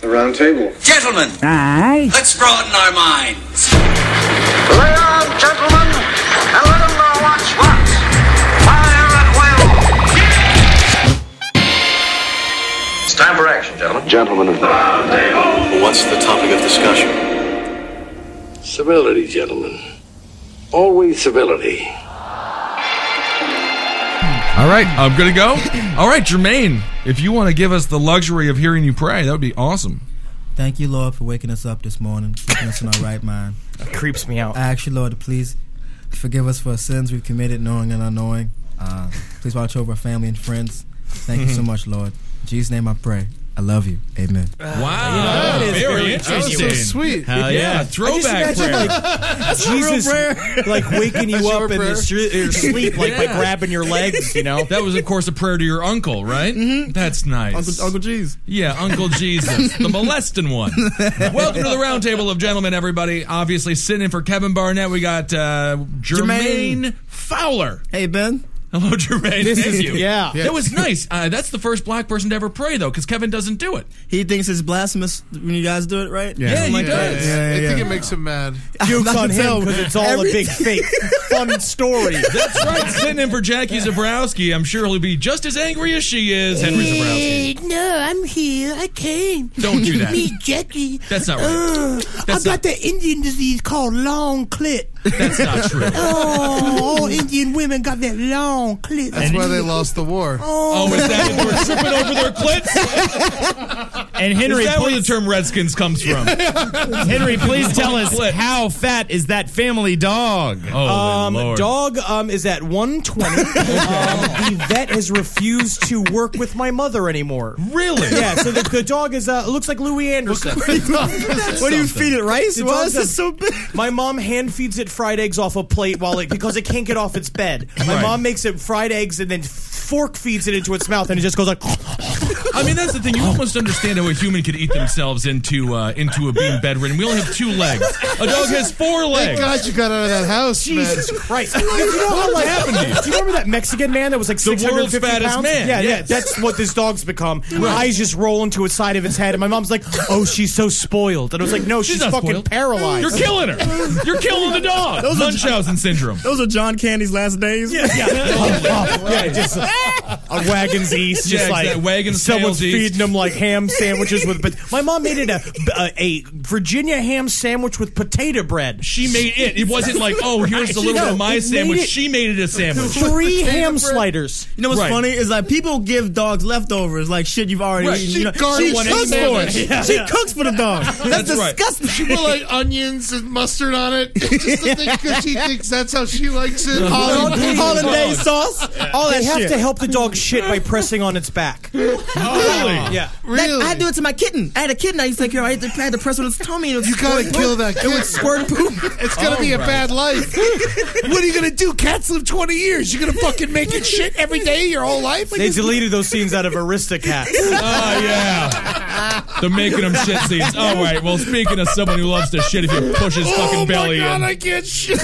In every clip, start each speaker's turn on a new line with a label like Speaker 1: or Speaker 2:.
Speaker 1: The round table.
Speaker 2: Gentlemen,
Speaker 3: Aye.
Speaker 2: let's broaden our minds.
Speaker 4: Lay on, gentlemen, and let 'em know what's what. Fire at will. It's time for action, gentlemen.
Speaker 5: Gentlemen of
Speaker 6: What's the topic of discussion?
Speaker 5: civility, gentlemen. Always civility.
Speaker 7: All right, I'm gonna go. All right, Jermaine, if you want to give us the luxury of hearing you pray, that would be awesome.
Speaker 8: Thank you, Lord, for waking us up this morning, keeping us in our right mind.
Speaker 9: Creeps me out.
Speaker 8: I ask you, Lord, to please forgive us for sins we've committed, knowing and unknowing. Uh, please watch over our family and friends. Thank you so much, Lord. In Jesus' name I pray. I love you. Amen.
Speaker 7: Wow,
Speaker 9: that is
Speaker 7: very
Speaker 9: very
Speaker 7: interesting.
Speaker 9: interesting.
Speaker 10: Sweet.
Speaker 9: Hell
Speaker 7: Yeah, throwback prayer.
Speaker 9: Jesus, like waking you
Speaker 10: your
Speaker 9: up in
Speaker 10: prayer?
Speaker 9: your, stre- your sleep, like by
Speaker 7: Yeah.
Speaker 9: grabbing your legs. You know,
Speaker 7: That was, of course, a prayer to your uncle, right? Mm-hmm. That's nice.
Speaker 10: Uncle, Uncle G's.
Speaker 7: Yeah, Uncle Jesus, the molesting one. Welcome to the round table of gentlemen, everybody. Obviously, sitting in for Kevin Barnett, we got uh, Jermaine,
Speaker 8: Jermaine.
Speaker 7: Fowler.
Speaker 8: Hey, Ben.
Speaker 7: Hello, Jermaine. Thank you.
Speaker 9: yeah.
Speaker 7: That was nice. Uh, that's the first black person to ever pray, though, because Kevin doesn't do it.
Speaker 8: He thinks it's blasphemous when you guys do it, right?
Speaker 7: Yeah, he does.
Speaker 10: I
Speaker 8: yeah,
Speaker 10: think
Speaker 8: yeah.
Speaker 10: it makes him mad.
Speaker 9: jokes on him because it's all
Speaker 8: Every-
Speaker 9: a big fake fun story.
Speaker 7: That's right. Sitting in for Jackie Zabrowski. I'm sure he'll be just as angry as she is, Henry Zabrowski.
Speaker 11: No, I'm here. I came.
Speaker 7: Don't do that.
Speaker 11: Me, Jackie.
Speaker 7: That's not right.
Speaker 11: Uh,
Speaker 7: That's
Speaker 11: I
Speaker 7: not-
Speaker 11: got that Indian disease called long clit.
Speaker 7: That's not true.
Speaker 11: Oh, all Indian women got that long clit.
Speaker 10: That's why they lost the war.
Speaker 7: Oh, is that when we're tripping over their clits?
Speaker 9: And Henry,
Speaker 7: Is that where the
Speaker 9: please,
Speaker 7: term Redskins comes from?
Speaker 9: Henry, please tell us
Speaker 7: Clip.
Speaker 9: how fat is that family dog?
Speaker 7: Oh,
Speaker 9: um,
Speaker 7: Lord.
Speaker 9: dog um, is at 120. um, the vet has refused to work with my mother anymore.
Speaker 7: Really?
Speaker 9: Yeah, so the, the dog is uh, looks like Louis Anderson.
Speaker 8: What do you feed it, rice?
Speaker 9: The
Speaker 8: Why
Speaker 9: dog's
Speaker 8: is this
Speaker 9: a-
Speaker 8: so big?
Speaker 9: My mom hand feeds it fried eggs off a plate while it because it can't get off its bed. My
Speaker 7: Right.
Speaker 9: mom makes it fried eggs and then fork feeds it into its mouth and it just goes like.
Speaker 7: I mean, that's the thing. You almost understand how a human could eat themselves into uh, into a being bedridden. We only have two legs. A dog has four
Speaker 10: Thank
Speaker 7: legs.
Speaker 10: God you got out of that house,
Speaker 9: Jesus
Speaker 10: man.
Speaker 9: Christ! Do you know how, like,
Speaker 7: happened to you?
Speaker 9: Do you remember that Mexican man that was like
Speaker 7: The world's
Speaker 9: 650
Speaker 7: fattest
Speaker 9: pounds?
Speaker 7: man,
Speaker 9: Yeah,
Speaker 7: yes.
Speaker 9: yeah. That's what this dog's become. Her eyes just roll into its side of its head, and my mom's like, "Oh, she's so spoiled." And I was like, "No, she's,
Speaker 7: not
Speaker 9: fucking
Speaker 7: spoiled.
Speaker 9: paralyzed."
Speaker 7: You're killing her. You're killing the dog. Munchausen syndrome.
Speaker 8: Those are John Candy's last days.
Speaker 9: yeah, yeah, yeah, just uh, a wagon's east,
Speaker 7: Yeah,
Speaker 9: just
Speaker 7: it's
Speaker 9: like
Speaker 7: that wagon's
Speaker 9: someone's
Speaker 7: tail's east.
Speaker 9: feeding them like ham sandwiches with. But my mom made it a, a a Virginia ham sandwich with potato bread.
Speaker 7: She made it. It wasn't like, oh, here's a little bit of my
Speaker 9: it made
Speaker 7: sandwich.
Speaker 9: it-
Speaker 7: She made it a sandwich.
Speaker 9: Three ham sliders.
Speaker 8: You know what's
Speaker 7: Right.
Speaker 8: funny is like people give dogs leftovers, like shit you've already
Speaker 7: Right.
Speaker 8: eaten.
Speaker 7: She
Speaker 8: you know,
Speaker 10: guarded
Speaker 8: she
Speaker 10: one in
Speaker 8: cooks for
Speaker 10: sandwich.
Speaker 8: it. She cooks for the dog. That's,
Speaker 7: That's right.
Speaker 8: disgusting.
Speaker 10: She put like onions and mustard on it, just to think because she thinks that's how she likes it.
Speaker 8: Holland-
Speaker 7: Bleeding
Speaker 8: Hollandaise
Speaker 7: dog.
Speaker 8: sauce, all that
Speaker 9: They have
Speaker 8: shit.
Speaker 9: to help the dog shit by pressing on its back.
Speaker 7: Oh, Really?
Speaker 9: Yeah.
Speaker 10: really?
Speaker 11: I had to do it to my kitten. I had a kitten. I used to take care of. I had to, I had to press on its tummy. And it was
Speaker 10: you gotta kill that kid.
Speaker 11: squirt poop.
Speaker 10: It's gonna be a bad life. what are you gonna do? Cats live twenty years. You're gonna fucking make it shit every day your whole life.
Speaker 9: They deleted those scenes out of Aristocats.
Speaker 7: Oh yeah. They're making them shit scenes. All right. Well, speaking of someone who loves to shit, if you push his fucking
Speaker 10: oh
Speaker 7: belly
Speaker 10: my god,
Speaker 7: in,
Speaker 10: I can't shit.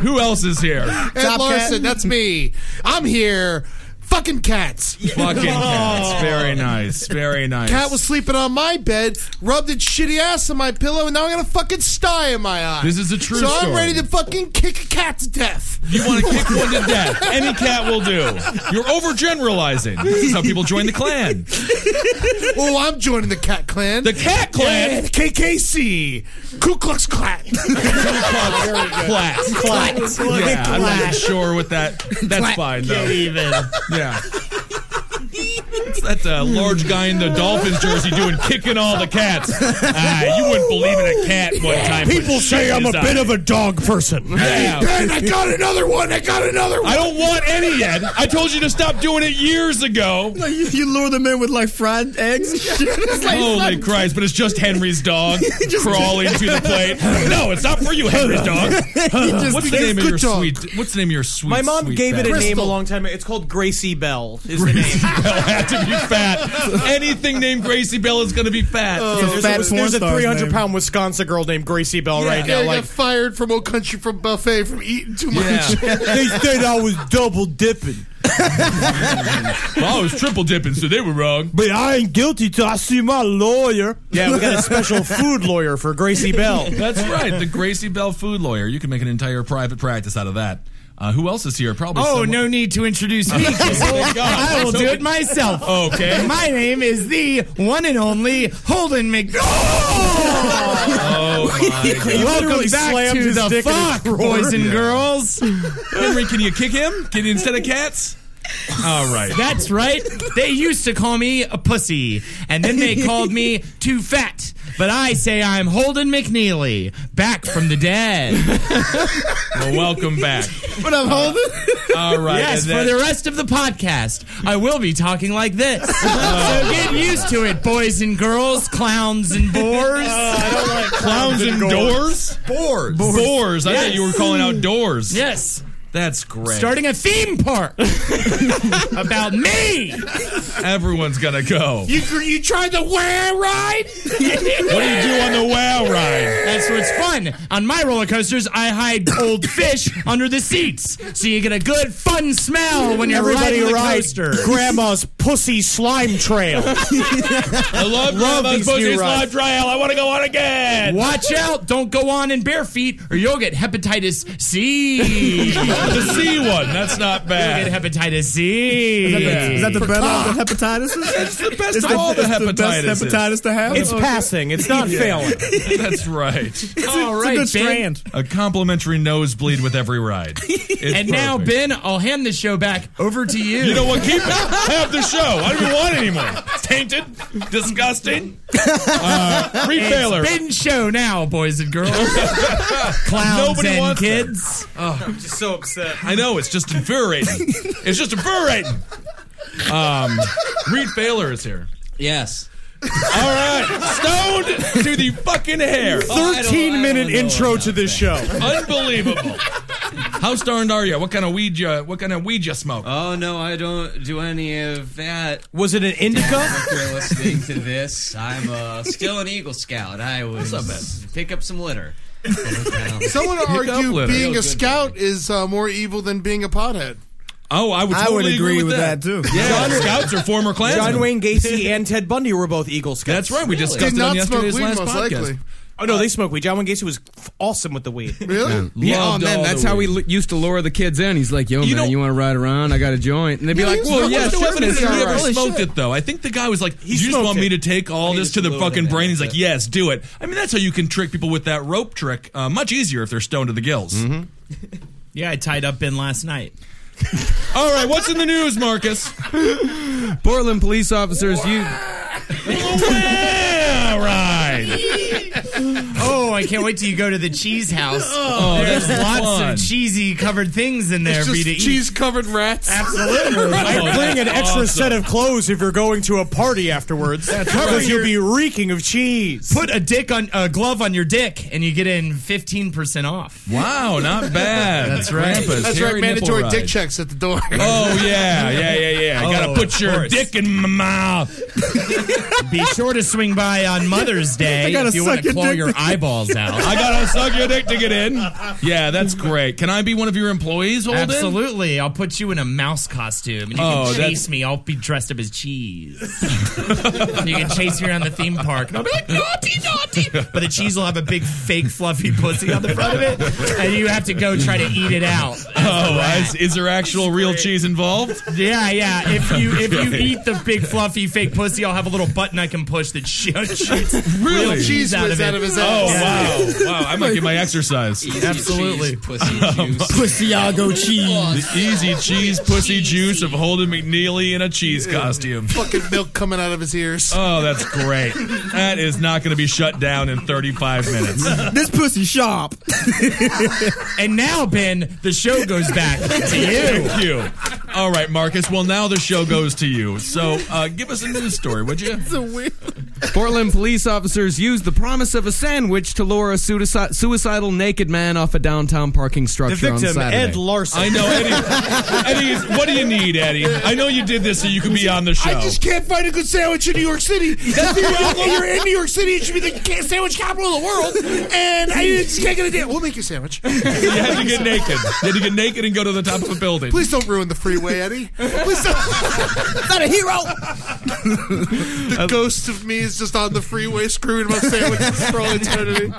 Speaker 7: who else is here?
Speaker 10: Ed Larson, that's me. I'm here. Fucking cats.
Speaker 7: Fucking cats. Very nice. Very nice.
Speaker 10: Cat was sleeping on my bed, rubbed its shitty ass on my pillow, and now I got a fucking sty in my eye.
Speaker 7: This is a true
Speaker 10: So
Speaker 7: story.
Speaker 10: I'm ready to fucking kick a cat to death.
Speaker 7: You want to kick one to death. Any cat will do. You're overgeneralizing. This is how people join the clan.
Speaker 10: Oh, I'm joining the cat clan.
Speaker 7: The cat
Speaker 10: Yeah,
Speaker 7: clan.
Speaker 10: KKC. Ku Klux Klan.
Speaker 7: Clat. Clat. Yeah, I'm not even sure with that. That's fine, though. even. Yeah. What's that uh, large guy in the Dolphins jersey doing kicking all the cats? Ah, you wouldn't believe in a cat one time. would shit his eye.
Speaker 9: of a dog person.
Speaker 7: Yeah.
Speaker 10: Man, I got another one. I got another one.
Speaker 7: I don't want any yet. I told you to stop doing it years ago.
Speaker 8: Like, you, you lure them in with like fried eggs and shit. It's like,
Speaker 7: Holy Christ, but it's just Henry's dog crawling to the plate. No, it's not for you, Henry's dog. what's the
Speaker 10: thinks
Speaker 7: name of
Speaker 10: good
Speaker 7: your
Speaker 10: dog.
Speaker 7: sweet what's the name of your sweet
Speaker 9: My mom
Speaker 7: sweet
Speaker 9: gave it
Speaker 7: bat?
Speaker 9: a name a
Speaker 10: Crystal.
Speaker 9: long time ago. It's called Gracie Bell. Is the name.
Speaker 7: Gracie Bell had to be fat. Anything named Gracie Bell is going to be fat.
Speaker 1: Oh,
Speaker 8: It's a fat
Speaker 9: There's,
Speaker 8: porn
Speaker 9: there's a
Speaker 8: star's
Speaker 9: 300
Speaker 8: name.
Speaker 9: pound Wisconsin girl named Gracie Bell right
Speaker 10: Yeah,
Speaker 9: now.
Speaker 10: I
Speaker 9: Like,
Speaker 10: got fired from Old Country from buffet from eating too much.
Speaker 7: Yeah.
Speaker 9: they said I was double dipping.
Speaker 7: Well, I was triple dipping, so they were wrong.
Speaker 9: But I ain't guilty till I see my lawyer. Yeah, we got a special food lawyer for Gracie Bell.
Speaker 7: That's right. The Gracie Bell food lawyer. You can make an entire private practice out of that. Uh, who else is here? Probably.
Speaker 1: Oh,
Speaker 7: someone-
Speaker 1: no need to introduce me. 'cause
Speaker 7: Oh, God.
Speaker 1: I will
Speaker 7: So
Speaker 1: do it
Speaker 7: good.
Speaker 1: myself.
Speaker 7: Okay.
Speaker 1: My name is the one and only Holden Mc.
Speaker 7: Oh, my God.
Speaker 1: Welcome back
Speaker 9: slammed
Speaker 1: to
Speaker 9: his
Speaker 1: the
Speaker 9: dick in his
Speaker 1: fuck, boys and
Speaker 7: Yeah.
Speaker 1: girls.
Speaker 7: Henry, can you kick him? Can you instead of cats? All right.
Speaker 1: That's right. They used to call me a pussy, and then they called me too fat. But I say I'm Holden McNeely, back from the dead.
Speaker 7: Well, welcome back.
Speaker 1: What up, Holden?
Speaker 7: All right.
Speaker 1: Yes,
Speaker 7: and
Speaker 1: for
Speaker 7: then-
Speaker 1: the rest of the podcast, I will be talking like this. so get used to it, boys and girls, clowns and boars.
Speaker 7: Uh, clowns and doors? Boars. Boars. I thought
Speaker 1: Yes.
Speaker 7: you were calling out doors.
Speaker 1: yes.
Speaker 7: That's great.
Speaker 1: Starting a theme park about me.
Speaker 7: Everyone's going to go.
Speaker 1: You you tried the where ride?
Speaker 7: what do you do on the wow ride?
Speaker 1: That's what's fun. On my roller coasters, I hide old fish under the seats, so you get a good fun smell when you're
Speaker 9: Everybody
Speaker 1: riding the
Speaker 9: rides
Speaker 1: coaster.
Speaker 9: Grandma's pussy slime trail.
Speaker 7: I love,
Speaker 9: these new
Speaker 7: Grandma's
Speaker 9: rides.
Speaker 7: live trial. I want to go on again.
Speaker 1: Watch out! Don't go on in bare feet, or you'll get hepatitis C. you'll
Speaker 7: The C one. That's not
Speaker 1: get
Speaker 7: bad.
Speaker 1: hepatitis C.
Speaker 10: Is that the best of the hepatitis?
Speaker 7: It's the best of all the
Speaker 10: it's the best
Speaker 7: hepatitis.
Speaker 10: hepatitis to have.
Speaker 9: It's passing. It's not failing.
Speaker 7: That's right.
Speaker 1: All right,
Speaker 10: good
Speaker 1: Ben.
Speaker 10: strand.
Speaker 7: A complimentary nosebleed with every ride. It's
Speaker 1: And now,
Speaker 7: perfect.
Speaker 1: Ben, I'll hand the show back over to you.
Speaker 7: You know what? Keep it. Have the show. I don't even want it anymore. It's tainted. Disgusting. Uh, retailer.
Speaker 1: Ben show now, boys and girls, clowns
Speaker 7: Nobody
Speaker 1: and
Speaker 7: wants that.
Speaker 1: kids.
Speaker 7: so upset. I know it's just infuriating. it's just infuriating. Um, Reed Failer is here.
Speaker 11: Yes.
Speaker 7: All right, stoned to the fucking hair.
Speaker 9: 13 minute intro to this show.
Speaker 7: Unbelievable. How stoned are you? What kind of weed you? What kind of weed you smoke?
Speaker 11: Oh no, I don't do any of that.
Speaker 9: Was it an indica?
Speaker 11: If you're listening to this, I'm uh, still an Eagle Scout. I was pick up some litter.
Speaker 10: Someone
Speaker 7: up
Speaker 10: argue
Speaker 7: litter.
Speaker 10: being
Speaker 11: Feel
Speaker 10: a
Speaker 11: good,
Speaker 10: scout is uh, more evil than being a pothead.
Speaker 7: oh, I would.
Speaker 8: I would
Speaker 7: totally
Speaker 8: agree with that, too.
Speaker 7: Yeah, scouts are former clansmen.
Speaker 9: John Wayne Gacy and Ted Bundy were both Eagle Scouts.
Speaker 7: That's right. We discussed
Speaker 10: Did
Speaker 7: it on
Speaker 10: not smoke
Speaker 7: yesterday's
Speaker 10: weed,
Speaker 7: last
Speaker 10: most
Speaker 7: podcast.
Speaker 10: likely.
Speaker 9: Oh, no, they smoke weed. John Wayne Gacy was f- awesome with the weed.
Speaker 10: Really?
Speaker 7: Yeah,
Speaker 1: oh, man, that's how we
Speaker 7: look.
Speaker 11: used to lure the kids in. He's like, "Yo,
Speaker 7: You know-
Speaker 11: man, you want to ride around? I got a joint." And they'd be like, "Well, yeah,
Speaker 7: no
Speaker 11: sure, man,
Speaker 7: evidence
Speaker 11: it's
Speaker 7: that he
Speaker 11: all
Speaker 7: ever
Speaker 11: right."
Speaker 7: smoked it though. I think the guy was like, "You just
Speaker 9: smoked
Speaker 7: want me
Speaker 9: it.
Speaker 7: to take all this to the fucking brain?" He's like, "Yes, do it." I mean, that's how you can trick people with that rope trick. Uh, much easier if they're stoned to the gills.
Speaker 1: Yeah, I tied up Ben last night.
Speaker 7: All right, what's in the news, Marcus?
Speaker 11: Portland police officers use.
Speaker 7: All right.
Speaker 1: Oh, I can't wait till you go to the cheese house.
Speaker 7: Oh,
Speaker 1: There's
Speaker 7: that's
Speaker 1: lots
Speaker 7: fun.
Speaker 1: of cheesy covered things in there for you to
Speaker 9: E.
Speaker 1: eat.
Speaker 10: covered rats.
Speaker 1: Absolutely.
Speaker 7: Oh,
Speaker 9: I bring an
Speaker 7: that's
Speaker 9: extra set
Speaker 7: awesome.
Speaker 9: of clothes if you're going to a party afterwards. Because you'll be reeking of cheese.
Speaker 1: Put a dick on a glove on your dick, and you get in fifteen percent off.
Speaker 7: Wow, not bad. That's
Speaker 1: right.
Speaker 10: That's right. Mandatory dick checks at the door.
Speaker 7: Oh yeah, yeah, yeah, yeah. I
Speaker 1: Oh,
Speaker 7: gotta
Speaker 1: of
Speaker 7: put your
Speaker 1: course.
Speaker 7: dick in my mouth.
Speaker 1: Be sure to swing by on Mother's Day
Speaker 10: gotta
Speaker 1: if you want to
Speaker 10: suck your
Speaker 1: claw
Speaker 10: dick
Speaker 1: your eyeballs out.
Speaker 7: I gotta suck your dick to get in. Yeah, that's great. Can I be one of your employees, Holden?
Speaker 1: Absolutely, I'll put you in a mouse costume, and you
Speaker 7: Oh,
Speaker 1: can
Speaker 7: that's-
Speaker 1: chase me. I'll be dressed up as cheese. you can chase me around the theme park, and I'll be like naughty, naughty. But the cheese will have a big fake fluffy pussy on the front of it, and you have to go try to eat it out.
Speaker 7: Oh, is, is there actual real cheese involved?
Speaker 1: Yeah, yeah. If you if you eat the big fluffy fake pussy, I'll have a little button I can push that sh- shoots real
Speaker 7: Really?
Speaker 1: cheese
Speaker 10: Cheese
Speaker 1: out of
Speaker 10: whiz
Speaker 1: it.
Speaker 10: out of his
Speaker 7: Oh
Speaker 10: ass.
Speaker 7: wow, wow! I might get my exercise.
Speaker 1: Absolutely.
Speaker 11: pussy juice.
Speaker 8: Pussyago cheese.
Speaker 7: The easy cheese pussy juice of Holden McNeely in a cheese costume.
Speaker 10: Fucking milk coming out of his ears.
Speaker 7: Oh, that's great. That is not going to be shut down in 35 minutes.
Speaker 8: This pussy sharp.
Speaker 1: And now, Ben, the show goes back to you.
Speaker 7: Thank you. All right, Marcus. Well, now the show goes to you. So, uh, give us a news story, would you?
Speaker 3: Portland police officers used the promise of a sandwich to lure a suicide- suicidal naked man off a downtown parking structure on Saturday.
Speaker 9: Larson.
Speaker 7: I know Eddie. Eddie, is, what do you need, Eddie? I know you did this so you could be on the show.
Speaker 10: I just can't find a good sandwich in New York City. That's the problem. You're in New York City. It should be the ca- sandwich capital of the world. And I just can't get a damn. We'll make you a sandwich.
Speaker 7: you had to get naked. You had to get naked and go to the top of a building.
Speaker 10: Please don't ruin the freeway, Eddie. Please don't. Not a hero. the ghost of me is just on the freeway screwing my sandwiches for all eternity.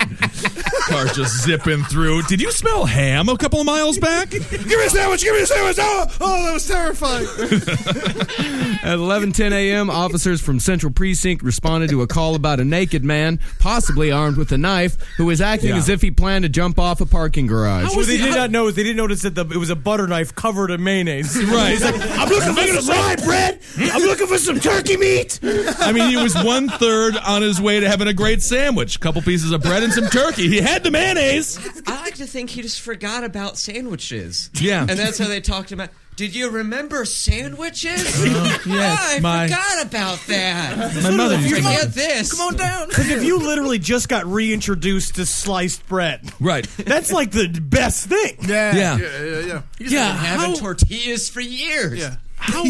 Speaker 7: Car just zipping through. Did you smell ham a couple of miles back?
Speaker 10: Give me a sandwich. Give me a sandwich. Oh, oh that was terrifying.
Speaker 3: At 11:10 a.m., officers from Central Precinct responded to a call about a naked man, possibly armed with a knife, who was acting
Speaker 7: Yeah.
Speaker 3: as if he planned to jump off a parking garage.
Speaker 9: What they did not know is they didn't notice that the, it was a butter knife covered in mayonnaise.
Speaker 7: Right.
Speaker 9: He's like, I'm looking for some rye bread. I'm looking for some turkey meat.
Speaker 7: I mean, he was one third on his way to having a great sandwich, couple pieces of bread and some turkey. He had the mayonnaise.
Speaker 11: I like to think he just forgot about sandwiches.
Speaker 7: Yeah.
Speaker 11: And that's how they talked about. Did you remember sandwiches?
Speaker 1: Uh,
Speaker 7: yes,
Speaker 11: I
Speaker 7: my-
Speaker 11: forgot about that.
Speaker 7: My mother used to
Speaker 11: Forget
Speaker 7: make-
Speaker 11: this. Come on down.
Speaker 9: Because if you literally just got reintroduced to sliced bread,
Speaker 7: Right.
Speaker 9: that's like the best thing.
Speaker 7: Yeah.
Speaker 10: Yeah, yeah, yeah.
Speaker 7: Yeah.
Speaker 11: Having
Speaker 7: How
Speaker 11: tortillas for years.
Speaker 10: Yeah.
Speaker 7: how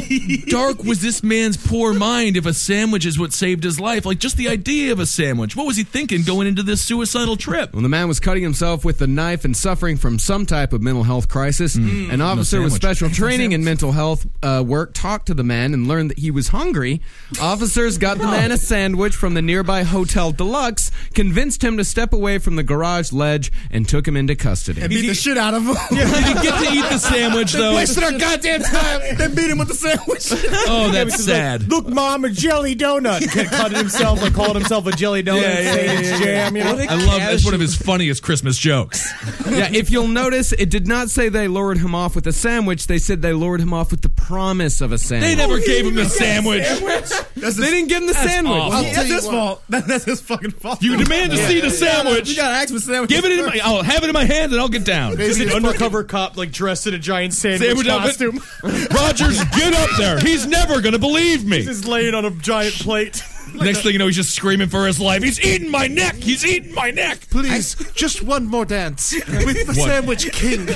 Speaker 7: dark was this man's poor mind if a sandwich is what saved his life? Like just the idea of a sandwich. What was he thinking going into this suicidal trip?
Speaker 3: When the man was cutting himself with the knife and suffering from some type of mental health crisis,
Speaker 7: Mm.
Speaker 3: an officer with
Speaker 7: sandwich.
Speaker 3: special training in mental health uh, work talked to the man and learned that he was hungry. Officers got the man a sandwich from the nearby Hotel Deluxe, convinced him to step away from the garage ledge, and took him into custody.
Speaker 10: Beat the shit out of him.
Speaker 7: Did he get to eat the sandwich though?
Speaker 10: Wasted our goddamn time. Then beat him with the sandwich.
Speaker 7: Oh, that's
Speaker 9: He's like,
Speaker 7: sad.
Speaker 9: Look, mom, a jelly donut. Cut himself and called himself a jelly donut.
Speaker 7: Yeah,
Speaker 9: and
Speaker 7: yeah,
Speaker 9: say
Speaker 7: yeah,
Speaker 9: it's
Speaker 7: yeah,
Speaker 9: jam. You know?
Speaker 7: I love that's one of his funniest Christmas jokes.
Speaker 3: yeah, if you'll notice, it did not say they lured him off with a sandwich. They said they lured him off with the promise of a sandwich.
Speaker 7: They never gave him the sandwich.
Speaker 3: They didn't give him the sandwich.
Speaker 7: awful.
Speaker 10: I'll tell you what.
Speaker 8: fault. That's his fucking fault.
Speaker 7: You demand to see the sandwich.
Speaker 8: ask for sandwich.
Speaker 7: Give it in my. I'll have it in my hand and I'll get down.
Speaker 10: Maybe
Speaker 9: Just an
Speaker 10: it's
Speaker 9: undercover cop, like dressed in a giant sandwich,
Speaker 7: Sandwich outfit.
Speaker 9: costume,
Speaker 7: Rogers, get up there. He's never gonna believe me.
Speaker 9: just laying on a giant plate.
Speaker 7: Next thing you know, he's just screaming for his life. He's eating my neck. He's eating my neck.
Speaker 10: Please, just one more dance with the
Speaker 7: One.
Speaker 10: Sandwich King.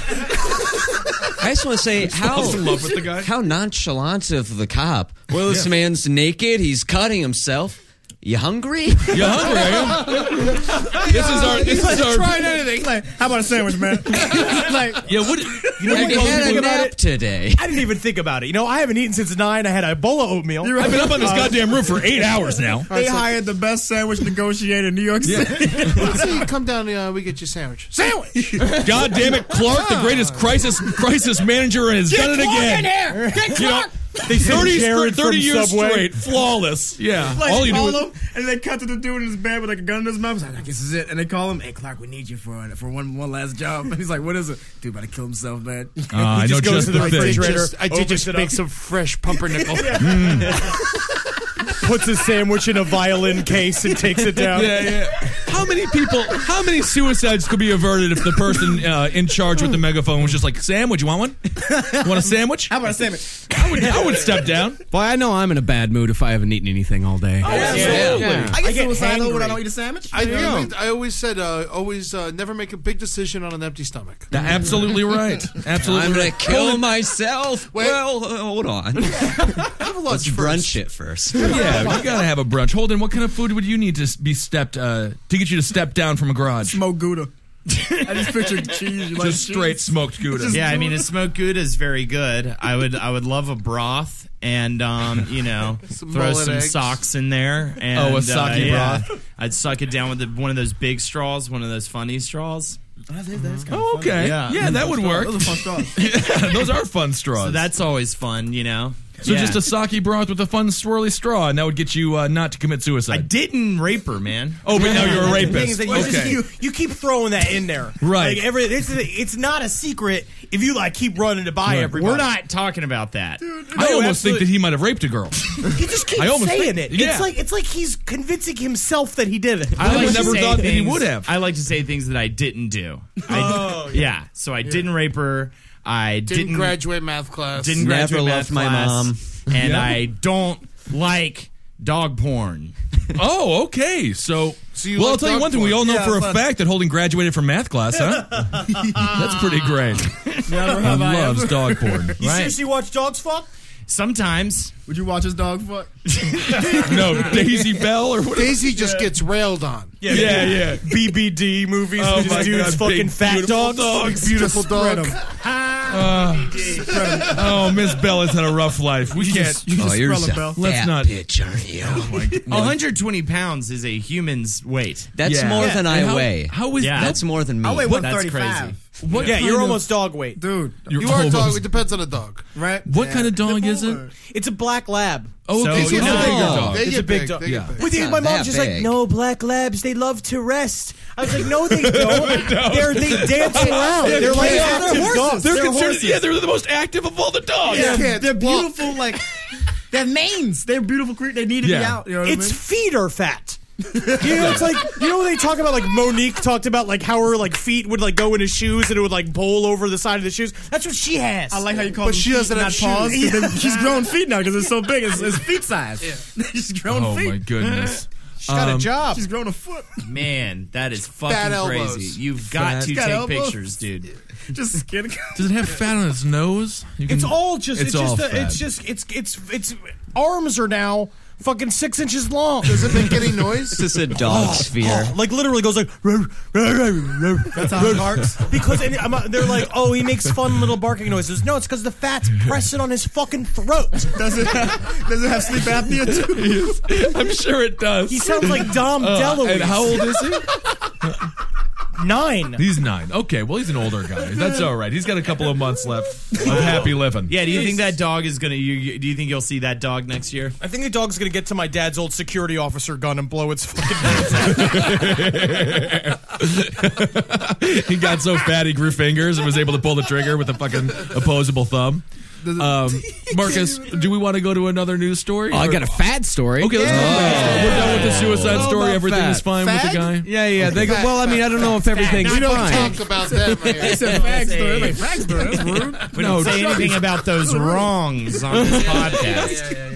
Speaker 11: I just want to say how how nonchalant of the cop. Well, this man's naked. He's cutting himself. You hungry?
Speaker 7: You hungry? Are you? this is our. This is our.
Speaker 8: anything. Like, how about a sandwich, man? like,
Speaker 7: Yeah. What? You know
Speaker 11: Have
Speaker 7: what
Speaker 11: you
Speaker 7: calls
Speaker 11: had
Speaker 7: people
Speaker 11: a
Speaker 7: about
Speaker 11: nap
Speaker 7: it?
Speaker 11: today?
Speaker 9: I didn't even think about it. You know, I haven't eaten since nine. I had Ebola oatmeal.
Speaker 7: I've been up on this goddamn roof for eight hours now.
Speaker 8: they hired the best sandwich negotiator in New York City.
Speaker 10: Let's say you come down and uh, we get you a sandwich. Sandwich!
Speaker 7: God damn it, Clark, the greatest crisis crisis manager, has done it again. You know,
Speaker 9: They sent
Speaker 7: 30,
Speaker 9: Jared
Speaker 7: 30
Speaker 9: from
Speaker 7: years
Speaker 9: Subway.
Speaker 7: straight, flawless. Yeah.
Speaker 8: Like,
Speaker 7: all you do
Speaker 8: call
Speaker 7: is,
Speaker 8: him, and they cut to the dude in his bed with like a gun in his mouth. He's like, I guess this is it. And they call him, "Hey, Clark, we need you for for one one last job." And he's like, "What is it?" Dude, about to kill himself, man.
Speaker 7: Ah, I know
Speaker 9: just goes
Speaker 7: just
Speaker 9: to the
Speaker 7: the thing.
Speaker 9: refrigerator.
Speaker 10: Just- I did
Speaker 9: opens
Speaker 10: just
Speaker 9: it
Speaker 10: make
Speaker 9: up.
Speaker 10: some fresh pumpernickel.
Speaker 9: Puts his sandwich in a violin case and takes it down.
Speaker 7: Yeah, yeah. How many people? How many suicides could be averted if the person uh, in charge with the megaphone was just like, "Sandwich, you want one? You want a sandwich?
Speaker 8: How about a sandwich?
Speaker 7: I would, I would step down."
Speaker 3: Boy, I know I'm in a bad mood if I haven't eaten anything all day.
Speaker 7: Absolutely.
Speaker 8: I get,
Speaker 9: get
Speaker 8: suicidal when I
Speaker 9: hangry.
Speaker 8: don't eat a sandwich.
Speaker 10: I,
Speaker 8: You know what I mean?
Speaker 10: always, I always said, uh, always uh, never make a big decision on an empty stomach.
Speaker 7: Tha- Absolutely right. Absolutely
Speaker 11: I'm gonna
Speaker 7: right.
Speaker 11: kill myself.
Speaker 10: Wait.
Speaker 11: Well, uh, hold on.
Speaker 10: Have a
Speaker 11: Let's
Speaker 10: lunch first.
Speaker 11: brunch it first.
Speaker 7: Yeah, you gotta have a brunch. Holden, what kind of food would you need to s- be stepped uh, to get you to step down from a garage?
Speaker 8: Mo Gouda. I just pictured cheese. You like
Speaker 7: Just straight smoked gouda.
Speaker 1: Yeah, I mean, a smoked gouda is very good. I would, I would love a broth and, um, you know,
Speaker 10: Some
Speaker 1: throw
Speaker 10: mullet
Speaker 1: some
Speaker 10: eggs.
Speaker 1: socks in there. And,
Speaker 7: Oh, a
Speaker 1: uh,
Speaker 7: sake
Speaker 1: yeah.
Speaker 7: broth.
Speaker 1: I'd suck it down with the, one of those big straws, one of those funny straws.
Speaker 7: Oh, okay. Yeah,
Speaker 1: Yeah.
Speaker 7: that would work.
Speaker 8: Those are fun straws.
Speaker 7: Those are fun straws.
Speaker 1: So that's always fun, you know.
Speaker 7: So
Speaker 1: Yeah.
Speaker 7: just a sake broth with a fun swirly straw, and that would get you uh, not to commit
Speaker 1: I
Speaker 7: suicide.
Speaker 1: didn't rape her, man.
Speaker 7: oh, but now you're a
Speaker 9: The thing
Speaker 7: rapist.
Speaker 9: is that you, just, you, you keep throwing that in there,
Speaker 7: Right.
Speaker 9: Like every, this is, it's not a secret if you like keep running to buy
Speaker 7: Right.
Speaker 9: everybody.
Speaker 1: We're not talking about that.
Speaker 7: I
Speaker 9: No,
Speaker 7: almost
Speaker 9: absolutely.
Speaker 7: think that he might have raped a girl.
Speaker 9: He just keeps
Speaker 7: I almost
Speaker 9: saying
Speaker 7: think-
Speaker 9: it.
Speaker 7: yeah.
Speaker 9: It's like it's like he's convincing himself that he did it.
Speaker 1: I like to
Speaker 7: never
Speaker 1: say
Speaker 7: thought that he
Speaker 1: things-
Speaker 7: would have.
Speaker 1: I like to say things that I didn't do. I, yeah. So I didn't rape her. I
Speaker 10: Didn't,
Speaker 1: didn't,
Speaker 10: graduate math class.
Speaker 1: Didn't
Speaker 11: Never
Speaker 1: graduate
Speaker 11: loved
Speaker 1: math
Speaker 11: my
Speaker 1: class,
Speaker 11: mom.
Speaker 1: and I don't like dog porn.
Speaker 7: Oh, okay. So,
Speaker 1: you
Speaker 7: well, I'll
Speaker 1: like
Speaker 7: tell you
Speaker 1: dog
Speaker 7: one thing. We
Speaker 1: porn.
Speaker 7: all know
Speaker 1: Yeah,
Speaker 7: for a
Speaker 1: fun.
Speaker 7: fact that Holden graduated from math class, huh? That's pretty great.
Speaker 9: Never
Speaker 7: he
Speaker 9: have I
Speaker 7: loves
Speaker 9: ever.
Speaker 7: dog porn.
Speaker 9: You seriously watch dogs fuck?
Speaker 1: Sometimes.
Speaker 12: Would you watch his dog fuck?
Speaker 7: no, Daisy Bell or whatever.
Speaker 10: Daisy just gets railed on.
Speaker 7: Yeah, yeah, yeah.
Speaker 9: BBD movies.
Speaker 10: Oh
Speaker 9: with
Speaker 10: my
Speaker 9: these dudes
Speaker 10: God,
Speaker 9: fucking
Speaker 10: big,
Speaker 9: fat
Speaker 10: beautiful
Speaker 9: dogs.
Speaker 10: dogs. Beautiful
Speaker 9: Just spread
Speaker 10: dogs.
Speaker 9: 'em.
Speaker 7: Uh, oh, Miss Bell has had a rough life. We can't. Oh,
Speaker 1: just- you just
Speaker 11: you're
Speaker 1: spell it,
Speaker 11: a
Speaker 1: Bell.
Speaker 11: fat
Speaker 1: Let's not-
Speaker 11: bitch, aren't you? Oh my God.
Speaker 1: 120 pounds is a human's weight.
Speaker 11: That's more than I
Speaker 1: And how-
Speaker 11: weigh.
Speaker 1: How is
Speaker 11: Yeah.
Speaker 1: that?
Speaker 11: That's more than me.
Speaker 3: Oh,
Speaker 1: I weigh
Speaker 11: What-
Speaker 1: That's crazy.
Speaker 7: What
Speaker 9: yeah,
Speaker 7: kind
Speaker 9: you're
Speaker 7: of-
Speaker 9: almost dog weight,
Speaker 12: dude.
Speaker 7: You're You are a dog. almost- It
Speaker 10: depends on the dog,
Speaker 12: right?
Speaker 7: What kind of dog is it?
Speaker 9: It's a black lab.
Speaker 7: Oh, okay, so it's a bigger dog.
Speaker 9: It's a big, dog.
Speaker 7: They get big.
Speaker 9: Well, dude,
Speaker 7: It's
Speaker 9: my
Speaker 7: not
Speaker 9: mom's
Speaker 7: that
Speaker 9: just like,
Speaker 7: big.
Speaker 9: no, black labs, they love to rest. I was like, no, they don't.
Speaker 7: They don't.
Speaker 9: They're, they dance around.
Speaker 7: Yeah,
Speaker 9: They're like
Speaker 7: yeah,
Speaker 9: active
Speaker 7: they're horses.
Speaker 9: dogs.
Speaker 7: They're considered- yeah, they're the most active of all the dogs.
Speaker 12: Yeah,
Speaker 7: Yeah.
Speaker 12: they're beautiful. Like they have manes. They're beautiful creatures. They need to be
Speaker 9: Yeah.
Speaker 12: out. You know what
Speaker 9: It's feet are fat. you know, it's like you know when they talk about like Monique talked about like how her like feet would like go into shoes and it would like bowl over the side of the shoes. That's what she has.
Speaker 12: I like how you call them feet, not paws. 'cause
Speaker 9: Yeah.
Speaker 12: they- She's grown feet now because it's so big. It's, it's feet size. She's grown
Speaker 1: Oh,
Speaker 12: feet.
Speaker 1: my goodness.
Speaker 12: She's got
Speaker 1: Um,
Speaker 12: a job. She's grown a foot.
Speaker 1: Man, that is
Speaker 12: Fat
Speaker 1: fucking
Speaker 12: elbows.
Speaker 1: crazy. You've got
Speaker 12: Fat-
Speaker 1: to
Speaker 12: Got
Speaker 1: take
Speaker 12: elbows.
Speaker 1: pictures, dude.
Speaker 12: Just skin.
Speaker 7: Does it have fat on its nose? You
Speaker 9: It's
Speaker 7: can-
Speaker 9: all just it's,
Speaker 7: all
Speaker 9: just a-
Speaker 7: fat.
Speaker 9: it's just it's it's it's arms are now fucking six inches long. Oh,
Speaker 10: Does it make any noise?
Speaker 11: This is a dog sphere.
Speaker 9: Like literally goes like that's
Speaker 12: how it barks?
Speaker 9: because and I'm, uh, they're like oh he makes fun little barking noises no it's because the fat's pressing on his fucking throat
Speaker 12: does it does it have sleep apnea too
Speaker 7: I'm sure it does.
Speaker 9: he sounds like Dom
Speaker 7: Uh,
Speaker 9: DeLuise
Speaker 7: And how old is he?
Speaker 9: nine
Speaker 7: He's nine. Okay, well, he's an older guy. That's all right. He's got a couple of months left of happy living.
Speaker 1: Yeah, do you think that dog is gonna? You, you- do you think you'll see that dog next year?
Speaker 9: I think the dog's gonna get to my dad's old security officer gun and blow its fucking
Speaker 7: he got so fat he grew fingers and was able to pull the trigger with a fucking opposable thumb. Um, Marcus, do we want to go to another news story?
Speaker 3: Oh, I
Speaker 7: Or-
Speaker 3: got a fad story.
Speaker 7: Okay, let's go. to the news story. We're done with the suicide story. Everything is fine with the guy.
Speaker 3: Yeah, yeah. They go, well, I mean, I don't know if everything's
Speaker 10: We don't
Speaker 3: fine.
Speaker 10: talk about that.
Speaker 12: it's a fag story like fag story that's rude
Speaker 1: We don't
Speaker 7: No,
Speaker 1: say
Speaker 7: dog-
Speaker 1: anything about those wrongs on this podcast.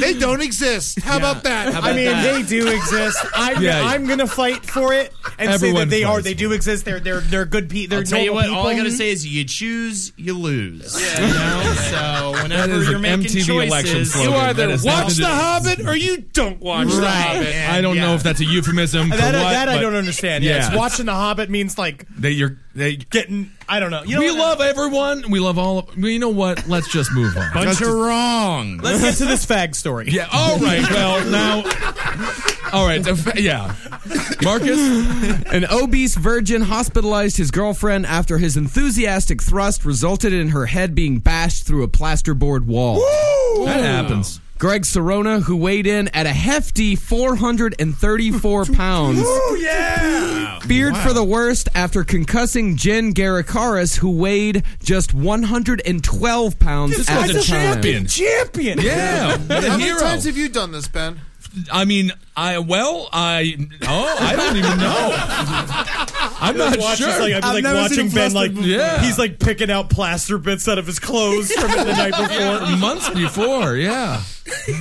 Speaker 10: They don't exist. How about that?
Speaker 9: I mean, they do exist. I'm,
Speaker 1: Yeah.
Speaker 9: I'm gonna fight for it and say
Speaker 1: Everyone
Speaker 9: that they are.
Speaker 1: fights
Speaker 9: They do exist. They're they're they're good pe- they're
Speaker 1: I'll tell you
Speaker 9: normal
Speaker 1: what.
Speaker 9: people.
Speaker 1: All I gotta say is, you choose, you lose. You know? So
Speaker 7: That
Speaker 1: whenever
Speaker 7: is
Speaker 1: you're
Speaker 7: an
Speaker 1: making
Speaker 7: MTV
Speaker 1: choices,
Speaker 7: election slogan.
Speaker 1: you are
Speaker 7: That
Speaker 1: the
Speaker 7: is not-
Speaker 10: Hobbit or you don't watch
Speaker 1: Right.
Speaker 10: Hobbit.
Speaker 7: I don't know if that's a euphemism. For
Speaker 9: that, uh,
Speaker 7: what,
Speaker 9: that I
Speaker 7: but
Speaker 9: don't understand. Yeah,
Speaker 7: Yeah.
Speaker 9: It's watching The Hobbit means like
Speaker 7: That you're. They,
Speaker 9: getting. I don't know. You know
Speaker 7: we
Speaker 9: what?
Speaker 7: love everyone. We love all. Of, you know what? Let's just move on.
Speaker 1: bunch of wrong.
Speaker 9: Let's get to this fag story.
Speaker 7: Yeah. All right. Well, now. All right. the fa- Yeah. Marcus.
Speaker 3: An obese virgin hospitalized his girlfriend after his enthusiastic thrust resulted in her head being bashed through a plasterboard wall.
Speaker 7: That happens.
Speaker 3: Greg Sorona, who weighed in at a hefty 434 pounds, feared for the worst after concussing Jen Garikaris, who weighed just 112 pounds
Speaker 7: This
Speaker 3: at
Speaker 7: guy's
Speaker 3: the
Speaker 7: a
Speaker 3: time.
Speaker 7: champion.
Speaker 9: Champion.
Speaker 7: Yeah. What a
Speaker 10: How many
Speaker 7: hero.
Speaker 10: times have you done this, Ben?
Speaker 7: I mean, I well, I oh, I don't even know. I'm not
Speaker 9: Watch
Speaker 7: sure.
Speaker 9: just like I'm
Speaker 12: I've
Speaker 9: like
Speaker 12: never seen
Speaker 9: watching
Speaker 12: a
Speaker 9: Ben
Speaker 12: plaster
Speaker 9: like
Speaker 12: before.
Speaker 7: Yeah.
Speaker 9: he's like picking out plaster bits out of his clothes from the night before.
Speaker 7: Or months before, yeah.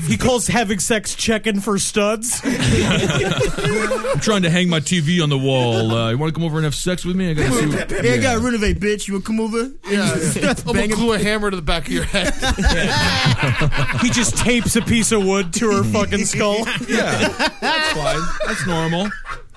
Speaker 9: He calls having sex checking for studs.
Speaker 7: I'm trying to hang my TV on the wall. Uh, you want to come over and have sex with me? I gotta see. What,
Speaker 12: yeah, I gotta renovate, bitch. You wanna come over? Yeah. That's
Speaker 10: I'm gonna
Speaker 12: banging.
Speaker 10: glue a hammer to the back of your head.
Speaker 9: he just tapes a piece of wood to her fucking skull.
Speaker 7: yeah, that's fine. That's normal.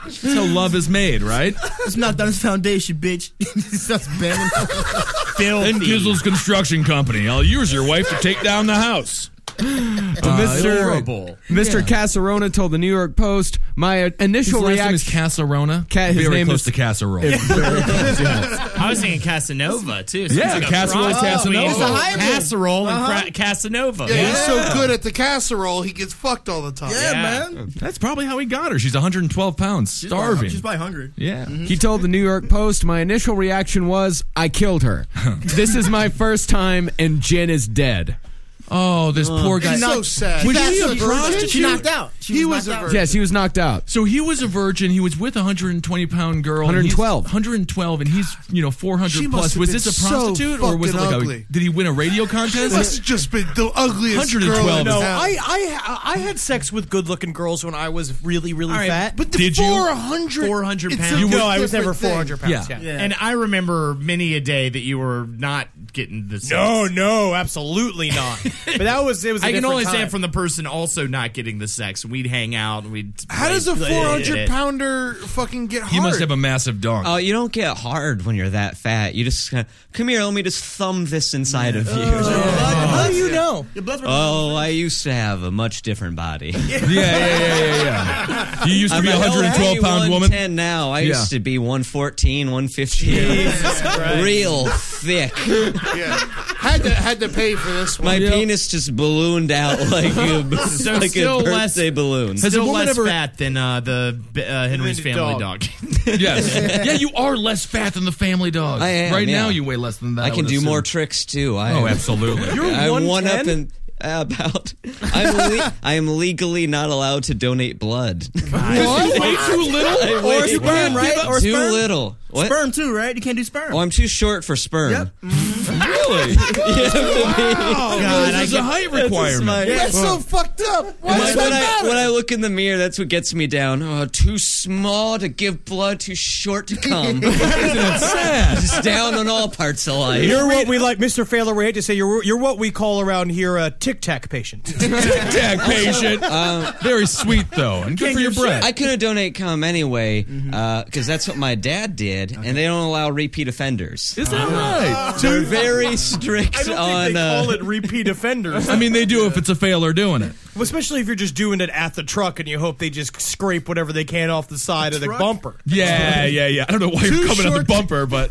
Speaker 7: That's how love is made, right?
Speaker 12: It's not done its foundation, bitch. That's banging.
Speaker 7: And Gizzle's Construction Company. I'll use your wife to take down the house.
Speaker 13: Uh,
Speaker 1: Adorable.
Speaker 3: Mr. Casarona told the New York Post, "My
Speaker 7: His
Speaker 3: initial
Speaker 7: last name is
Speaker 3: reaction."
Speaker 7: Casarona.
Speaker 3: Ca- his
Speaker 7: Very
Speaker 3: name
Speaker 7: close
Speaker 3: is-
Speaker 7: to Casserole.
Speaker 1: I was thinking Casanova too. Sounds
Speaker 7: Yeah,
Speaker 1: like a
Speaker 7: casserole,
Speaker 1: cross between
Speaker 7: Casanova. It's a
Speaker 12: hybrid.
Speaker 1: casserole, and
Speaker 12: Uh-huh.
Speaker 1: fra- Casanova.
Speaker 10: Yeah, he's so good at the casserole, he gets fucked all the time.
Speaker 12: Yeah,
Speaker 1: Yeah.
Speaker 12: man.
Speaker 7: That's probably how he got her. She's 112 pounds, starving.
Speaker 12: She's Mm-hmm. probably hungry.
Speaker 7: yeah.
Speaker 3: He told the New York Post, "My initial reaction was I killed her. this is my first time, and Jen is dead."
Speaker 7: Oh, this poor guy.
Speaker 13: It's Uh, so
Speaker 10: sad.
Speaker 7: Was
Speaker 13: That's
Speaker 7: she
Speaker 13: a
Speaker 7: a
Speaker 13: virgin?
Speaker 7: prostitute?
Speaker 13: She knocked out. She He was was knocked a out. virgin. Yes, he was knocked out.
Speaker 7: So he was a virgin. He was with a 120 pound girl. and he's-
Speaker 13: 112.
Speaker 7: 112, and he's you know 400
Speaker 10: She must
Speaker 7: plus.
Speaker 10: have
Speaker 7: Was
Speaker 10: been
Speaker 7: this a
Speaker 10: so
Speaker 7: prostitute or was it
Speaker 10: fucking
Speaker 7: like
Speaker 10: ugly.
Speaker 7: a? Did he win a radio contest?
Speaker 10: She must have just been the ugliest girl in
Speaker 9: No,
Speaker 10: town.
Speaker 9: I, I I had sex with good looking girls when I was really really
Speaker 1: All right,
Speaker 9: fat.
Speaker 1: but the Did you?
Speaker 10: 400
Speaker 1: 400
Speaker 9: it's a
Speaker 1: pounds.
Speaker 9: No, I was never 400 pounds. Yeah.
Speaker 1: And I remember many a day that you were not getting the sex.
Speaker 9: No, no, absolutely not. but that was it was. a
Speaker 1: I can
Speaker 9: different
Speaker 1: only
Speaker 9: time.
Speaker 1: say it from the person also not getting the sex. We'd hang out and we'd.
Speaker 10: How does a
Speaker 1: play-
Speaker 10: 400 pounder fucking get hard?
Speaker 7: a massive dong.
Speaker 3: Oh, you don't get hard when you're that fat. You just kinda, come here. Let me just thumb this inside of you.
Speaker 9: How do you know?
Speaker 3: Oh, I used to have a much different body.
Speaker 7: yeah, yeah, yeah, yeah, yeah. You used to be
Speaker 3: "Oh,
Speaker 7: a 112 pound woman.
Speaker 3: And now I
Speaker 7: Yeah.
Speaker 3: used to be 114, 115. Real thick.
Speaker 10: yeah. Had to had to pay for this one.
Speaker 3: My penis just ballooned out like a,
Speaker 1: So
Speaker 3: like
Speaker 1: still
Speaker 3: a
Speaker 1: less-
Speaker 3: birthday balloon.
Speaker 1: Still less fat than uh, the uh, Henry's family dog.
Speaker 7: yes. Yeah, you are less fat than the family dog.
Speaker 3: I am,
Speaker 7: right now,
Speaker 3: yeah.
Speaker 7: you weigh less than that.
Speaker 3: I can
Speaker 7: would
Speaker 3: do
Speaker 7: assume.
Speaker 3: more tricks too. I
Speaker 7: Oh, absolutely. You're
Speaker 3: I'm one up
Speaker 7: 110?
Speaker 3: in about. I'm le- I am legally not allowed to donate blood.
Speaker 14: What?
Speaker 7: You weigh too
Speaker 14: I
Speaker 7: little,
Speaker 14: weigh-
Speaker 3: sperm, right?
Speaker 14: Or
Speaker 3: too
Speaker 14: sperm?
Speaker 3: little. What?
Speaker 14: Sperm too, right? You can't do sperm.
Speaker 3: Oh, I'm too short for sperm.
Speaker 14: Yep.
Speaker 7: really?
Speaker 3: wow.
Speaker 14: God,
Speaker 7: There's a height requirement.
Speaker 14: That's so fucked up. Why does
Speaker 3: when,
Speaker 14: that
Speaker 3: I,
Speaker 14: matter?
Speaker 3: when I look in the mirror, that's what gets me down. Oh, too small to give blood, too short to come. Just down on all parts of life.
Speaker 9: You're what we like, Mr. Failure. We hate to say you're you're what we call around here a tic tac patient.
Speaker 7: Tic Tac patient. Very sweet though, and good for your bread.
Speaker 3: Um, I couldn't donate cum anyway because
Speaker 14: Mm-hmm.
Speaker 3: that's what my dad did, and they don't allow repeat offenders.
Speaker 7: Is that right?
Speaker 3: They're very strict
Speaker 9: I don't
Speaker 3: on.
Speaker 9: think they
Speaker 3: uh,
Speaker 9: call it repeat offenders.
Speaker 7: I mean, they do if it's a failure doing it.
Speaker 9: Well, especially if you're just doing it at the truck and you hope they just scrape whatever they can off the side of the
Speaker 10: Truck?
Speaker 9: bumper.
Speaker 7: Yeah, yeah, yeah. I don't know why
Speaker 10: Too
Speaker 7: you're coming on the
Speaker 10: short.
Speaker 7: bumper, but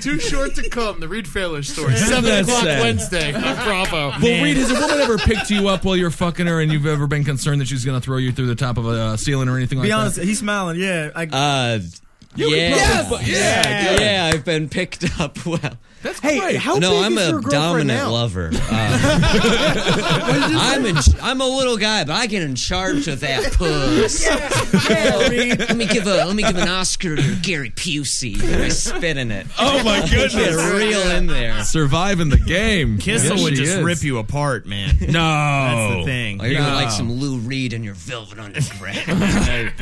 Speaker 10: Too short to come. The Reed Failure story.
Speaker 7: That's
Speaker 10: Seven o'clock
Speaker 7: sad.
Speaker 10: Wednesday. on Bravo.
Speaker 7: well, Reed, has a woman ever picked you up while you're fucking her, and you've ever been concerned that she's going to throw you through the top of a uh, ceiling or anything like
Speaker 14: Be
Speaker 7: that?
Speaker 14: honest, he's smiling. Yeah, I,
Speaker 3: Uh, yeah,
Speaker 14: Yes!
Speaker 3: yeah,
Speaker 14: Yeah.
Speaker 3: yeah, I've been picked up. Well,
Speaker 7: That's
Speaker 9: Hey, great. how
Speaker 3: no,
Speaker 9: big is
Speaker 3: I'm a
Speaker 9: your girlfriend
Speaker 3: dominant
Speaker 9: now?
Speaker 3: lover. Uh, I'm in, I'm a little guy, but I get in charge of that puss. let me give a let me give an Oscar to Gary Pusey. I spit in it.
Speaker 7: Oh my
Speaker 3: Get
Speaker 7: goodness!
Speaker 3: real in there.
Speaker 7: Surviving the game.
Speaker 1: Kissel
Speaker 7: Yes,
Speaker 1: would
Speaker 7: she
Speaker 1: just
Speaker 7: is.
Speaker 1: rip you apart, man.
Speaker 7: No,
Speaker 1: That's the thing.
Speaker 3: You're gonna
Speaker 7: No.
Speaker 3: like some Lou Reed in your velvet underground. I,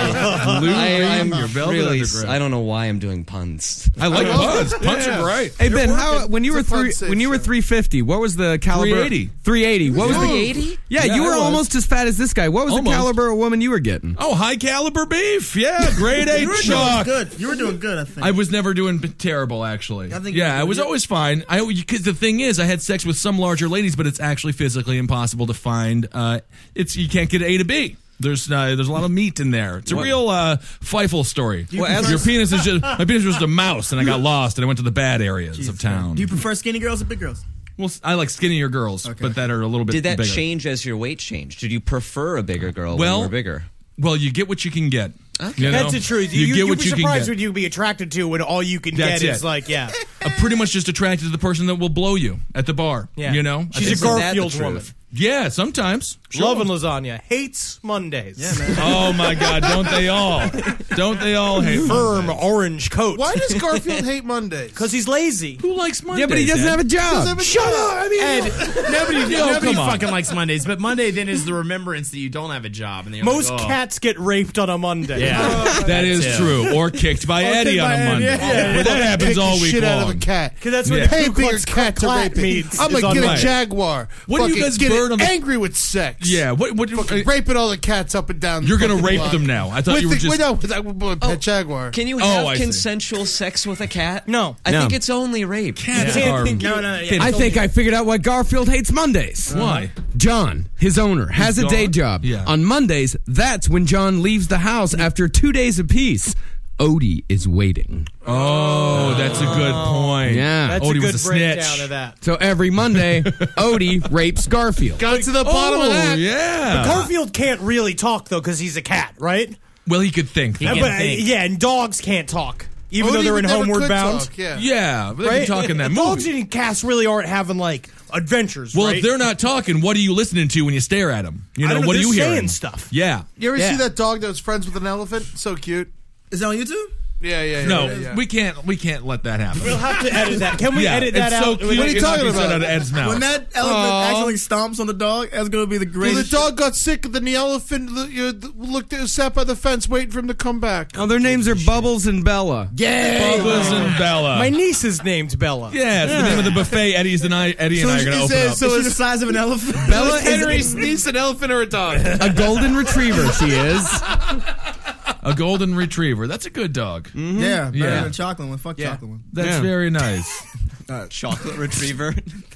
Speaker 3: I, I'm
Speaker 7: your velvet
Speaker 3: really,
Speaker 7: underground.
Speaker 3: I don't know why I'm doing puns.
Speaker 7: I like
Speaker 10: I love
Speaker 7: puns.
Speaker 10: it.
Speaker 7: Puns
Speaker 10: Yeah.
Speaker 7: are right.
Speaker 13: Hey Ben, how when you
Speaker 10: It's
Speaker 13: were
Speaker 10: a fun
Speaker 13: three
Speaker 10: safe
Speaker 13: when you were
Speaker 10: show.
Speaker 13: 350, what was the caliber?
Speaker 7: 380.
Speaker 13: 380. What was the
Speaker 3: 380?
Speaker 13: Yeah,
Speaker 7: Yeah,
Speaker 13: you
Speaker 7: I
Speaker 13: were
Speaker 7: was.
Speaker 13: almost as fat as this guy. What was the
Speaker 7: Almost.
Speaker 13: caliber of woman you were getting?
Speaker 7: Oh, high caliber beef. Yeah, grade A chalk.
Speaker 14: good. You were doing good, I think.
Speaker 7: I was never doing b- terrible, actually.
Speaker 14: I think
Speaker 7: yeah,
Speaker 14: you-
Speaker 7: I was always fine. I because the thing is, I had sex with some larger ladies, but it's actually physically impossible to find. Uh, it's you can't get A to B. There's uh, there's a lot of meat in there. It's a real uh, Feifel story.
Speaker 14: prefer-
Speaker 7: Your penis is just my penis was just a mouse, and I got lost, and I went to the bad areas of town.
Speaker 14: Do you prefer skinny girls or big girls?
Speaker 7: well, s- I like skinnier girls, but that are a little bit.
Speaker 3: Did that
Speaker 7: bigger.
Speaker 3: change as your weight changed? Did you prefer a bigger girl
Speaker 7: Well,
Speaker 3: when you were bigger?
Speaker 7: Well, you get what you can get. You
Speaker 9: That's
Speaker 7: know?
Speaker 9: the truth.
Speaker 7: You,
Speaker 9: You,
Speaker 7: get
Speaker 9: would
Speaker 7: what
Speaker 9: be
Speaker 7: you can
Speaker 9: surprised
Speaker 7: get.
Speaker 9: what you'd be attracted to when all you can
Speaker 7: That's
Speaker 9: get is
Speaker 7: it.
Speaker 9: like, yeah.
Speaker 7: I'm Uh, pretty much just attracted to the person that will blow you at the bar.
Speaker 9: yeah.
Speaker 7: You know, I
Speaker 9: She's
Speaker 7: think
Speaker 9: a
Speaker 3: Isn't that the
Speaker 9: Garfield
Speaker 3: truth?
Speaker 9: woman.
Speaker 7: Yeah, sometimes.
Speaker 9: Loving lasagna. Hates Mondays.
Speaker 7: Oh my God! Don't they all? Don't they all hate?
Speaker 9: Firm orange coat.
Speaker 10: Why does Garfield hate Mondays?
Speaker 9: Because he's lazy.
Speaker 7: Who likes Mondays?
Speaker 13: Yeah, but he doesn't have a job.
Speaker 10: Shut up! I mean,
Speaker 1: Nobody,
Speaker 7: Yo,
Speaker 1: nobody
Speaker 7: oh, come on.
Speaker 1: fucking likes Mondays, but Monday then is the remembrance that you don't have a job. And you're like,
Speaker 9: Most
Speaker 1: oh.
Speaker 9: cats get raped on a Monday.
Speaker 1: Yeah.
Speaker 7: That is
Speaker 1: too.
Speaker 7: true. Or kicked by Eddie
Speaker 10: kicked
Speaker 7: on
Speaker 10: by
Speaker 7: a
Speaker 10: Eddie,
Speaker 7: Monday.
Speaker 10: yeah, yeah.
Speaker 7: But that happens
Speaker 10: Kick the
Speaker 7: all week
Speaker 10: shit
Speaker 7: long.
Speaker 10: out of a cat.
Speaker 9: Because that's what
Speaker 7: Yeah.
Speaker 9: the
Speaker 10: Pay
Speaker 9: Ku
Speaker 10: bigger
Speaker 9: Klux
Speaker 10: cat to
Speaker 9: Klan
Speaker 10: rape me.
Speaker 9: means
Speaker 10: I'm
Speaker 9: is
Speaker 10: like,
Speaker 9: on
Speaker 10: get a
Speaker 9: Monday.
Speaker 10: jaguar.
Speaker 7: What do you
Speaker 10: Fucking
Speaker 7: guys
Speaker 10: get
Speaker 7: burn on the-
Speaker 10: angry with sex?
Speaker 7: Yeah. What? What? uh,
Speaker 10: Fucking raping all the cats up and down. the
Speaker 7: You're gonna
Speaker 10: fucking
Speaker 7: rape
Speaker 10: block.
Speaker 7: them now. I thought
Speaker 10: With
Speaker 7: you were
Speaker 10: the-
Speaker 7: just-
Speaker 10: Wait, no, with that with pet jaguar.
Speaker 3: Can you
Speaker 7: Oh,
Speaker 3: have
Speaker 7: I see.
Speaker 3: consensual sex with a cat?
Speaker 9: No.
Speaker 3: I
Speaker 13: No.
Speaker 3: think it's only rape.
Speaker 7: Cats are-
Speaker 14: No, no, yeah.
Speaker 13: I think I figured out why Garfield hates Mondays.
Speaker 7: Why?
Speaker 13: John, his owner, has a
Speaker 7: gone?
Speaker 13: day job.
Speaker 7: Yeah.
Speaker 13: On Mondays, that's when John leaves the house after two days apiece. Odie is waiting.
Speaker 7: Oh, that's a good point.
Speaker 13: Yeah. That's
Speaker 9: That's
Speaker 7: Odie
Speaker 9: a good
Speaker 7: was a
Speaker 9: breakdown
Speaker 7: snitch.
Speaker 9: of that.
Speaker 13: So every Monday, Odie rapes Garfield.
Speaker 10: Got to the bottom
Speaker 7: Oh,
Speaker 10: of that.
Speaker 7: yeah.
Speaker 9: Garfield can't really talk, though, because he's a cat, right?
Speaker 7: well, he could think.
Speaker 9: Uh,
Speaker 1: can
Speaker 9: but, uh,
Speaker 1: think.
Speaker 9: yeah, and dogs can't talk. even
Speaker 10: Odie
Speaker 9: though they're in
Speaker 10: Oh, would never
Speaker 9: Homeward
Speaker 10: could
Speaker 9: Bound.
Speaker 10: talk, yeah.
Speaker 7: Yeah, but they can talk in that
Speaker 9: Dogs and cats really aren't having like adventures.
Speaker 7: Well,
Speaker 9: right?
Speaker 7: if they're not talking, what are you listening to when you stare at them? You
Speaker 9: I
Speaker 7: know,
Speaker 9: don't know,
Speaker 7: what are
Speaker 9: they're
Speaker 7: you hearing?
Speaker 9: saying stuff.
Speaker 7: Yeah.
Speaker 10: You ever
Speaker 7: Yeah.
Speaker 10: see that dog that was friends with an elephant? So cute.
Speaker 12: Is that on YouTube?
Speaker 10: Yeah, yeah, yeah.
Speaker 7: No,
Speaker 10: yeah, yeah.
Speaker 7: we can't. We can't let that happen.
Speaker 9: We'll have to edit that. Can we
Speaker 7: Yeah,
Speaker 9: edit
Speaker 7: it's
Speaker 9: that
Speaker 7: so
Speaker 9: out?
Speaker 7: cute. What are you
Speaker 9: It's not
Speaker 7: talking
Speaker 9: gonna be
Speaker 7: about?
Speaker 9: said out of
Speaker 7: Ed's mouth.
Speaker 12: When that elephant
Speaker 10: Aw.
Speaker 12: actually stomps on the dog, that's gonna be the
Speaker 10: Well, the
Speaker 12: greatest.
Speaker 10: dog got sick, and then the elephant l- you know, th- looked sat by the fence waiting for him to come back.
Speaker 3: Oh, their names are Bubbles and Bella.
Speaker 10: Yeah.
Speaker 7: Bubba's and Bella.
Speaker 9: My niece is named Bella.
Speaker 7: yeah, it's the name of the buffet. Eddie's and I. Eddie and I are gonna open up.
Speaker 12: Is she the size of an elephant?
Speaker 3: Bella is-
Speaker 10: Henry's niece an elephant or a dog?
Speaker 3: A golden retriever, she is.
Speaker 7: a golden retriever. That's a good dog.
Speaker 13: Mm-hmm.
Speaker 12: Yeah, better
Speaker 7: Yeah.
Speaker 12: than a chocolate one. Fuck chocolate one.
Speaker 7: That's
Speaker 3: Mm, Yeah.
Speaker 7: very nice.
Speaker 11: Uh, Chocolate retriever.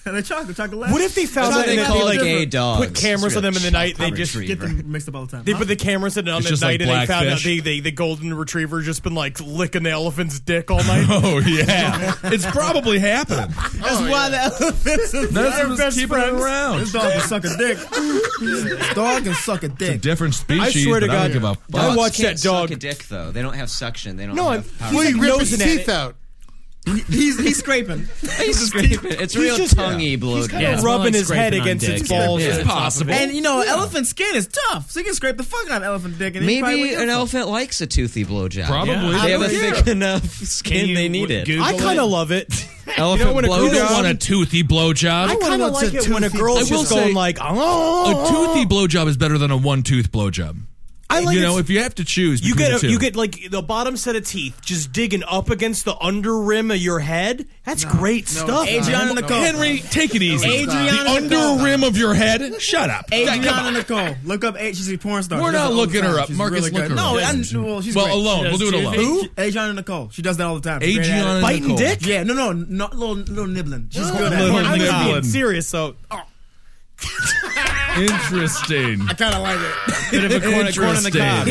Speaker 12: And a chocolate, chocolate.
Speaker 9: What if they
Speaker 11: That's
Speaker 9: found out
Speaker 11: what
Speaker 9: and
Speaker 11: they
Speaker 9: they
Speaker 11: call
Speaker 9: like
Speaker 11: gay dogs.
Speaker 9: put cameras
Speaker 11: It's
Speaker 9: on them in the
Speaker 11: real
Speaker 9: night? They
Speaker 11: chocolate
Speaker 9: just
Speaker 12: get
Speaker 11: retriever.
Speaker 12: them mixed up all the time?
Speaker 9: They
Speaker 12: Huh?
Speaker 9: put the cameras in on
Speaker 7: It's
Speaker 9: at night,
Speaker 7: just like
Speaker 9: and they found out
Speaker 7: Blackfish.
Speaker 9: the, the, the golden retriever just been like licking the elephant's dick all night.
Speaker 7: Oh yeah, it's probably happening.
Speaker 12: That's why the elephants are
Speaker 7: That's
Speaker 12: their
Speaker 7: just
Speaker 12: best
Speaker 7: keeping it
Speaker 12: friends.
Speaker 7: around.
Speaker 12: This dog can suck a dick. this dog can suck a dick.
Speaker 7: Different
Speaker 9: I
Speaker 7: species.
Speaker 9: swear to
Speaker 7: but I
Speaker 9: God,
Speaker 7: don't give a fuck.
Speaker 9: I watched
Speaker 11: can't
Speaker 9: that dog.
Speaker 11: Suck a dick though. They don't have suction. They don't.
Speaker 9: No,
Speaker 11: have
Speaker 9: I'm-
Speaker 11: power.
Speaker 9: he's
Speaker 10: Well, he
Speaker 9: like
Speaker 10: ripped his
Speaker 9: nosing at
Speaker 10: teeth
Speaker 9: it.
Speaker 10: out.
Speaker 12: He's he's scraping.
Speaker 11: He's scraping. It's real
Speaker 9: just-
Speaker 11: tonguey blow.
Speaker 9: kinda
Speaker 1: it's more
Speaker 9: rubbing
Speaker 1: like
Speaker 9: his head
Speaker 1: scraping on
Speaker 9: against
Speaker 1: dick,
Speaker 9: its
Speaker 1: yeah.
Speaker 9: balls
Speaker 1: Yeah.
Speaker 9: as
Speaker 1: It's
Speaker 9: possible.
Speaker 12: And you know, elephant skin is tough, so you can scrape the fuck out of elephant dick. And he probably
Speaker 11: Maybe
Speaker 12: wouldn't
Speaker 11: an
Speaker 12: give a fuck.
Speaker 11: elephant likes a toothy blowjob.
Speaker 7: Probably. Yeah.
Speaker 11: They have
Speaker 12: I
Speaker 11: a
Speaker 12: don't
Speaker 11: thick enough skin.
Speaker 1: you
Speaker 11: they need it.
Speaker 1: Google
Speaker 9: I kind of love it.
Speaker 7: Elephant
Speaker 9: when a
Speaker 7: blow. You
Speaker 9: girl-
Speaker 7: don't want a toothy blowjob.
Speaker 9: I kind of
Speaker 10: wants
Speaker 9: like
Speaker 10: a
Speaker 9: it when a
Speaker 10: toothy-
Speaker 9: girl's
Speaker 7: I will
Speaker 9: just going
Speaker 7: say-
Speaker 9: like, oh,
Speaker 7: A toothy blowjob is better than a one tooth blowjob.
Speaker 9: I like
Speaker 7: you
Speaker 9: it-
Speaker 7: know, if you have to choose,
Speaker 9: You
Speaker 7: between
Speaker 9: get
Speaker 7: the
Speaker 9: a,
Speaker 7: two.
Speaker 9: you get like the bottom set of teeth just digging up against the under rim of your head. That's great stuff.
Speaker 12: Adriana Nicole.
Speaker 7: Henry. Take it easy.
Speaker 12: Adriana
Speaker 7: the under rim of your head. Shut up.
Speaker 12: Adriana Nicole. Look up. She's a porn star.
Speaker 7: We're
Speaker 12: She does it
Speaker 7: not
Speaker 12: all the
Speaker 7: looking
Speaker 12: time.
Speaker 7: her up.
Speaker 12: She's
Speaker 7: Marcus,
Speaker 12: really
Speaker 7: look
Speaker 12: good.
Speaker 7: her
Speaker 12: No,
Speaker 7: up.
Speaker 12: and- well, she's
Speaker 7: Well,
Speaker 12: great.
Speaker 7: alone. We'll do it alone.
Speaker 12: Who? Adriana Nicole. She does that all the time. She's great at it.
Speaker 7: Adriana
Speaker 9: Biting
Speaker 7: Nicole.
Speaker 9: dick?
Speaker 12: Yeah, no, no, no, little little nibbling. She's good at
Speaker 7: Little
Speaker 12: it.
Speaker 9: I'm just being
Speaker 7: Nibbling.
Speaker 9: serious. So
Speaker 7: Interesting.
Speaker 12: Oh, I kind of like it.
Speaker 1: Bit of a corn, corn on the cob,
Speaker 7: Interesting.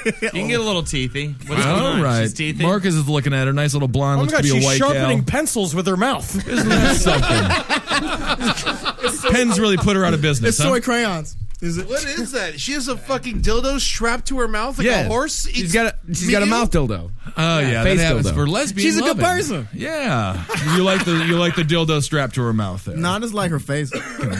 Speaker 1: yeah. you can get a little teethy. What's going
Speaker 7: All
Speaker 1: on?
Speaker 7: right.
Speaker 1: She's teethy.
Speaker 7: Marcus is looking at her. Nice little blonde.
Speaker 9: oh my
Speaker 7: looks to
Speaker 9: god,
Speaker 7: be a
Speaker 9: she's
Speaker 7: white
Speaker 9: sharpening
Speaker 7: gal.
Speaker 9: pencils with her mouth.
Speaker 7: Isn't that something? Pens really put her out of business.
Speaker 12: It's
Speaker 7: huh?
Speaker 12: soy crayons. Is it?
Speaker 10: What is that? She has a fucking dildo strapped to her mouth like
Speaker 3: Yeah.
Speaker 10: a horse.
Speaker 3: She's got a, she's got a mouth dildo.
Speaker 7: Oh yeah,
Speaker 3: face
Speaker 7: that happens
Speaker 3: dildo.
Speaker 7: for lesbians.
Speaker 12: She's a good person.
Speaker 7: Yeah, you like the you like the dildo strapped to her mouth there.
Speaker 12: Not as like her face.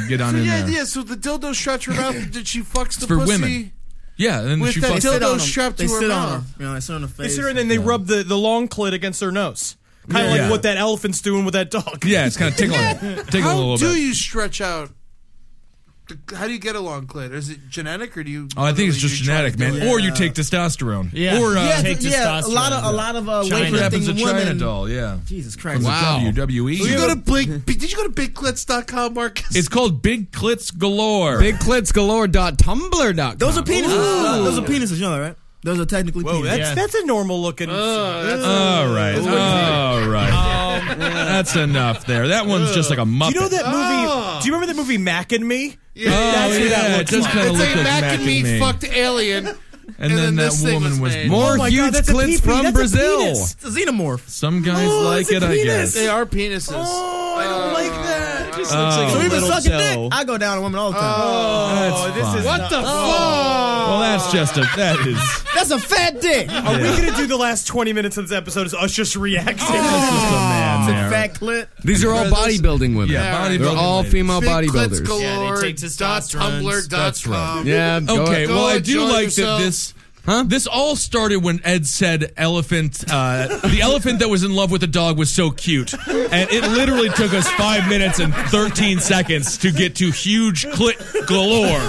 Speaker 7: Get on in
Speaker 10: Yeah,
Speaker 7: there.
Speaker 10: yeah. So the dildo strapped to her mouth. Did she fucks the
Speaker 7: for
Speaker 10: pussy?
Speaker 7: women. Yeah, and
Speaker 10: With
Speaker 7: she
Speaker 10: that
Speaker 7: fucks.
Speaker 10: dildo
Speaker 12: Sit on 'em.
Speaker 10: strapped to
Speaker 12: they
Speaker 10: her
Speaker 12: sit on
Speaker 10: mouth.
Speaker 12: them. You know, they sit on the
Speaker 9: They
Speaker 12: face.
Speaker 9: sit and then they rub the, the long clit against their nose, kind of
Speaker 7: Yeah.
Speaker 9: like what that elephant's doing with that dog.
Speaker 7: yeah, it's kind of tickling, tickling a
Speaker 10: How
Speaker 7: little
Speaker 10: do
Speaker 7: bit.
Speaker 10: you stretch out? the- How do you get a long clit? Is it genetic or do you?
Speaker 7: Oh, I think it's
Speaker 10: literally
Speaker 7: just
Speaker 10: you try to
Speaker 7: genetic,
Speaker 10: do
Speaker 7: man.
Speaker 10: it?
Speaker 7: Or you take testosterone.
Speaker 1: Yeah.
Speaker 7: Or uh,
Speaker 12: yeah,
Speaker 1: Take
Speaker 12: yeah, a lot of
Speaker 1: testosterone.
Speaker 12: a lot of uh,
Speaker 1: China.
Speaker 7: what happens to
Speaker 12: weightlifting
Speaker 7: China
Speaker 12: women.
Speaker 7: doll. Yeah.
Speaker 12: Jesus Christ!
Speaker 7: From the
Speaker 3: Wow.
Speaker 7: WWE.
Speaker 10: Did you go to big? Did you go to bigclits.com, Marcus?
Speaker 7: E. it's called Big Clits Galore.
Speaker 3: Bigclitsgalore.tumblr.com.
Speaker 12: Those are penises. Those are penises. You know that, right? Those are technically
Speaker 9: Whoa,
Speaker 12: penises.
Speaker 9: Oh, that's
Speaker 1: Yeah.
Speaker 9: that's a normal looking.
Speaker 7: All right. All
Speaker 3: Oh,
Speaker 7: right. That's enough there. That one's just like a muppet.
Speaker 9: do you know that movie? Do you remember that movie Mac and Me?
Speaker 7: Oh,
Speaker 10: Yeah.
Speaker 9: That's
Speaker 7: yeah,
Speaker 9: what that
Speaker 7: it
Speaker 9: looks
Speaker 7: does
Speaker 9: like.
Speaker 7: kinda
Speaker 10: it's
Speaker 7: look
Speaker 10: like Mac and me, fucked alien.
Speaker 7: And, then,
Speaker 10: this
Speaker 7: that
Speaker 10: thing
Speaker 7: woman was,
Speaker 10: was made.
Speaker 3: More
Speaker 9: Oh my God,
Speaker 3: huge
Speaker 9: that's a
Speaker 3: clits
Speaker 9: peepee.
Speaker 3: from
Speaker 9: That's a
Speaker 3: Brazil.
Speaker 9: penis.
Speaker 12: It's a xenomorph.
Speaker 7: Some guys
Speaker 9: Oh,
Speaker 7: like
Speaker 9: it's a
Speaker 7: it, I
Speaker 9: penis.
Speaker 7: guess.
Speaker 10: They are penises.
Speaker 12: Oh, I don't like that. Just
Speaker 15: Uh,
Speaker 7: Oh.
Speaker 12: so even
Speaker 11: little
Speaker 12: sucking
Speaker 11: dough.
Speaker 12: dick, I go down on women all the time.
Speaker 9: Oh,
Speaker 7: That's fine.
Speaker 10: what the
Speaker 7: Well, that's just a that is.
Speaker 12: That's a fat dick.
Speaker 9: Are we gonna do the last twenty minutes of this episode as us just reacting?
Speaker 7: That's just a man there.
Speaker 12: Fat clit.
Speaker 3: These are all bodybuilding women.
Speaker 7: Yeah,
Speaker 3: They're
Speaker 7: bodybuilding
Speaker 3: all
Speaker 7: ladies.
Speaker 3: female
Speaker 10: fuck? Bigclits
Speaker 3: bodybuilders.
Speaker 10: galore.
Speaker 1: take
Speaker 10: dot
Speaker 1: testosterone,
Speaker 10: Tumblr. Dot com.
Speaker 3: Yeah. go
Speaker 7: Okay,
Speaker 3: ahead.
Speaker 7: well, I
Speaker 10: enjoy
Speaker 7: do like
Speaker 10: yourself.
Speaker 7: that this. This all started when Ed said elephant. Uh, the elephant that was in love with the dog was so cute, and it literally took us five minutes and thirteen seconds to get to huge clit galore.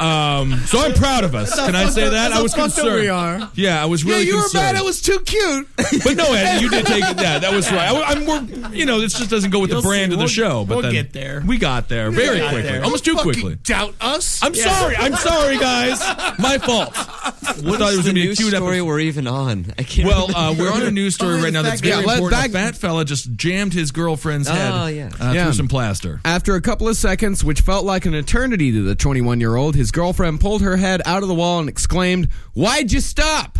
Speaker 7: Um, so I'm proud of us. Can I say that? I was
Speaker 12: Fucked up we
Speaker 7: concerned.
Speaker 12: are.
Speaker 7: Yeah, I was
Speaker 10: Yeah,
Speaker 7: really
Speaker 10: you were
Speaker 7: concerned.
Speaker 10: mad. It was too cute.
Speaker 7: But no, Ed, you did take that. That was right. I, am we're, you know, this just doesn't go with the brand of the show. But
Speaker 1: we'll
Speaker 7: then
Speaker 1: get there.
Speaker 7: We got there very
Speaker 1: got
Speaker 7: quickly,
Speaker 1: there.
Speaker 7: almost too
Speaker 10: Fucking
Speaker 7: quickly.
Speaker 10: Doubt us.
Speaker 7: I'm sorry. I'm sorry, guys. My fault. I thought it was
Speaker 11: the
Speaker 7: going to be a
Speaker 11: news
Speaker 7: cute
Speaker 11: story
Speaker 7: episode.
Speaker 11: we're even on. I can't.
Speaker 7: Well, uh, we're on a news story right now that's
Speaker 3: Yeah,
Speaker 7: very
Speaker 3: let-
Speaker 7: important.
Speaker 3: back-
Speaker 7: a fat fella just jammed his girlfriend's head
Speaker 11: Oh, yeah.
Speaker 7: uh,
Speaker 3: Yeah.
Speaker 7: through some plaster.
Speaker 3: After a couple of seconds, which felt like an eternity to the 21 year old, his girlfriend pulled her head out of the wall and exclaimed, Why'd you stop?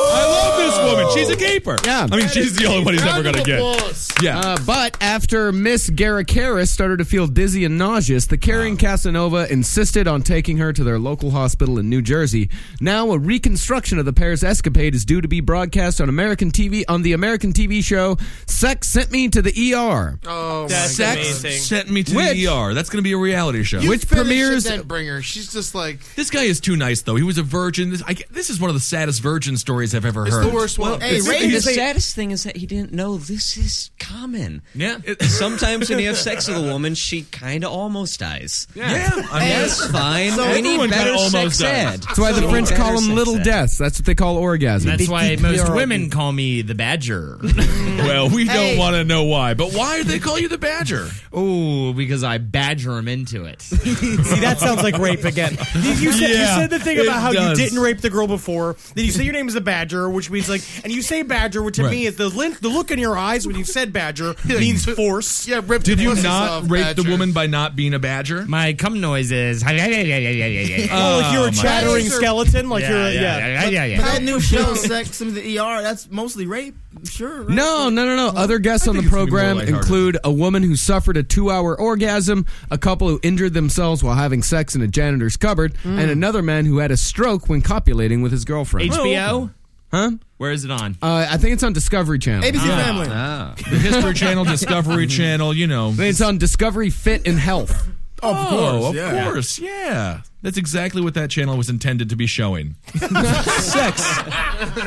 Speaker 7: I love this woman. She's a keeper.
Speaker 3: Yeah.
Speaker 7: I mean, she's the only one he's ever going to get. Yeah.
Speaker 3: Uh, but after Miss Garricaris started to feel dizzy and nauseous, the caring Casanova insisted on taking her to their local hospital in New Jersey. Now, a reconstruction of the pair's escapade is due to be broadcast on American TV on the American TV show "Sex Sent Me to the ER."
Speaker 10: Oh, my
Speaker 7: Sex
Speaker 10: amazing.
Speaker 7: sent me to
Speaker 3: Which-
Speaker 7: the ER. That's going to be a reality show.
Speaker 10: You finish it, then bring her. She's just like
Speaker 7: This guy is too nice, though. He was a virgin. This, I, this is one of the saddest virgin stories I've ever heard.
Speaker 11: Well,
Speaker 10: Hey,
Speaker 11: the,
Speaker 10: Ray,
Speaker 11: the
Speaker 10: you say-
Speaker 11: saddest thing is that he didn't know this is common.
Speaker 7: Yeah.
Speaker 11: Sometimes when you have sex with a woman, she kind of almost dies.
Speaker 7: Yeah. Yeah.
Speaker 11: I mean, that's fine. we need better sex ed.
Speaker 3: That's why the
Speaker 11: We
Speaker 3: French
Speaker 11: need
Speaker 3: call
Speaker 11: better
Speaker 3: them
Speaker 11: sex
Speaker 3: little
Speaker 11: ed.
Speaker 3: deaths. That's what they call orgasms.
Speaker 1: That's why most women call me the Badger.
Speaker 7: well, we
Speaker 1: Hey.
Speaker 7: don't want to know why, but why do they call you the Badger?
Speaker 1: Oh, because I badger him into it.
Speaker 9: See, that sounds like rape again. You, you said, you
Speaker 1: Yeah,
Speaker 9: said the thing
Speaker 1: it
Speaker 9: about how
Speaker 1: does.
Speaker 9: you didn't rape the girl before. Then you say your name is the Badger, which means like, and you say Badger, which to
Speaker 7: Right.
Speaker 9: me is the lin- the look in your eyes when you said Badger means force.
Speaker 10: Yeah, ripped.
Speaker 7: Did you not rape the woman by not being a Badger?
Speaker 1: My cum noise is. oh,
Speaker 9: Oh, like you're a chattering skeleton, like you're a, yeah.
Speaker 1: yeah.
Speaker 15: But that new show, Sex in the ER, that's mostly rape. Sure. right?
Speaker 3: No, no, no, no. Other guests on the program include a woman who suffered a two hour orgasm, a couple who injured themselves while having sex in a janitor's cupboard,
Speaker 7: Mm.
Speaker 3: and another man who had a stroke when copulating with his girlfriend.
Speaker 1: HBO?
Speaker 3: Huh?
Speaker 1: Where is it on?
Speaker 3: Uh, I think it's on Discovery Channel.
Speaker 7: The History Channel, Discovery Channel, you know. Oh,
Speaker 3: I think it's on Discovery Fit and Health.
Speaker 7: Of
Speaker 3: course,
Speaker 7: of
Speaker 3: yeah.
Speaker 7: course, yeah. That's exactly what that channel was intended to be showing. Sex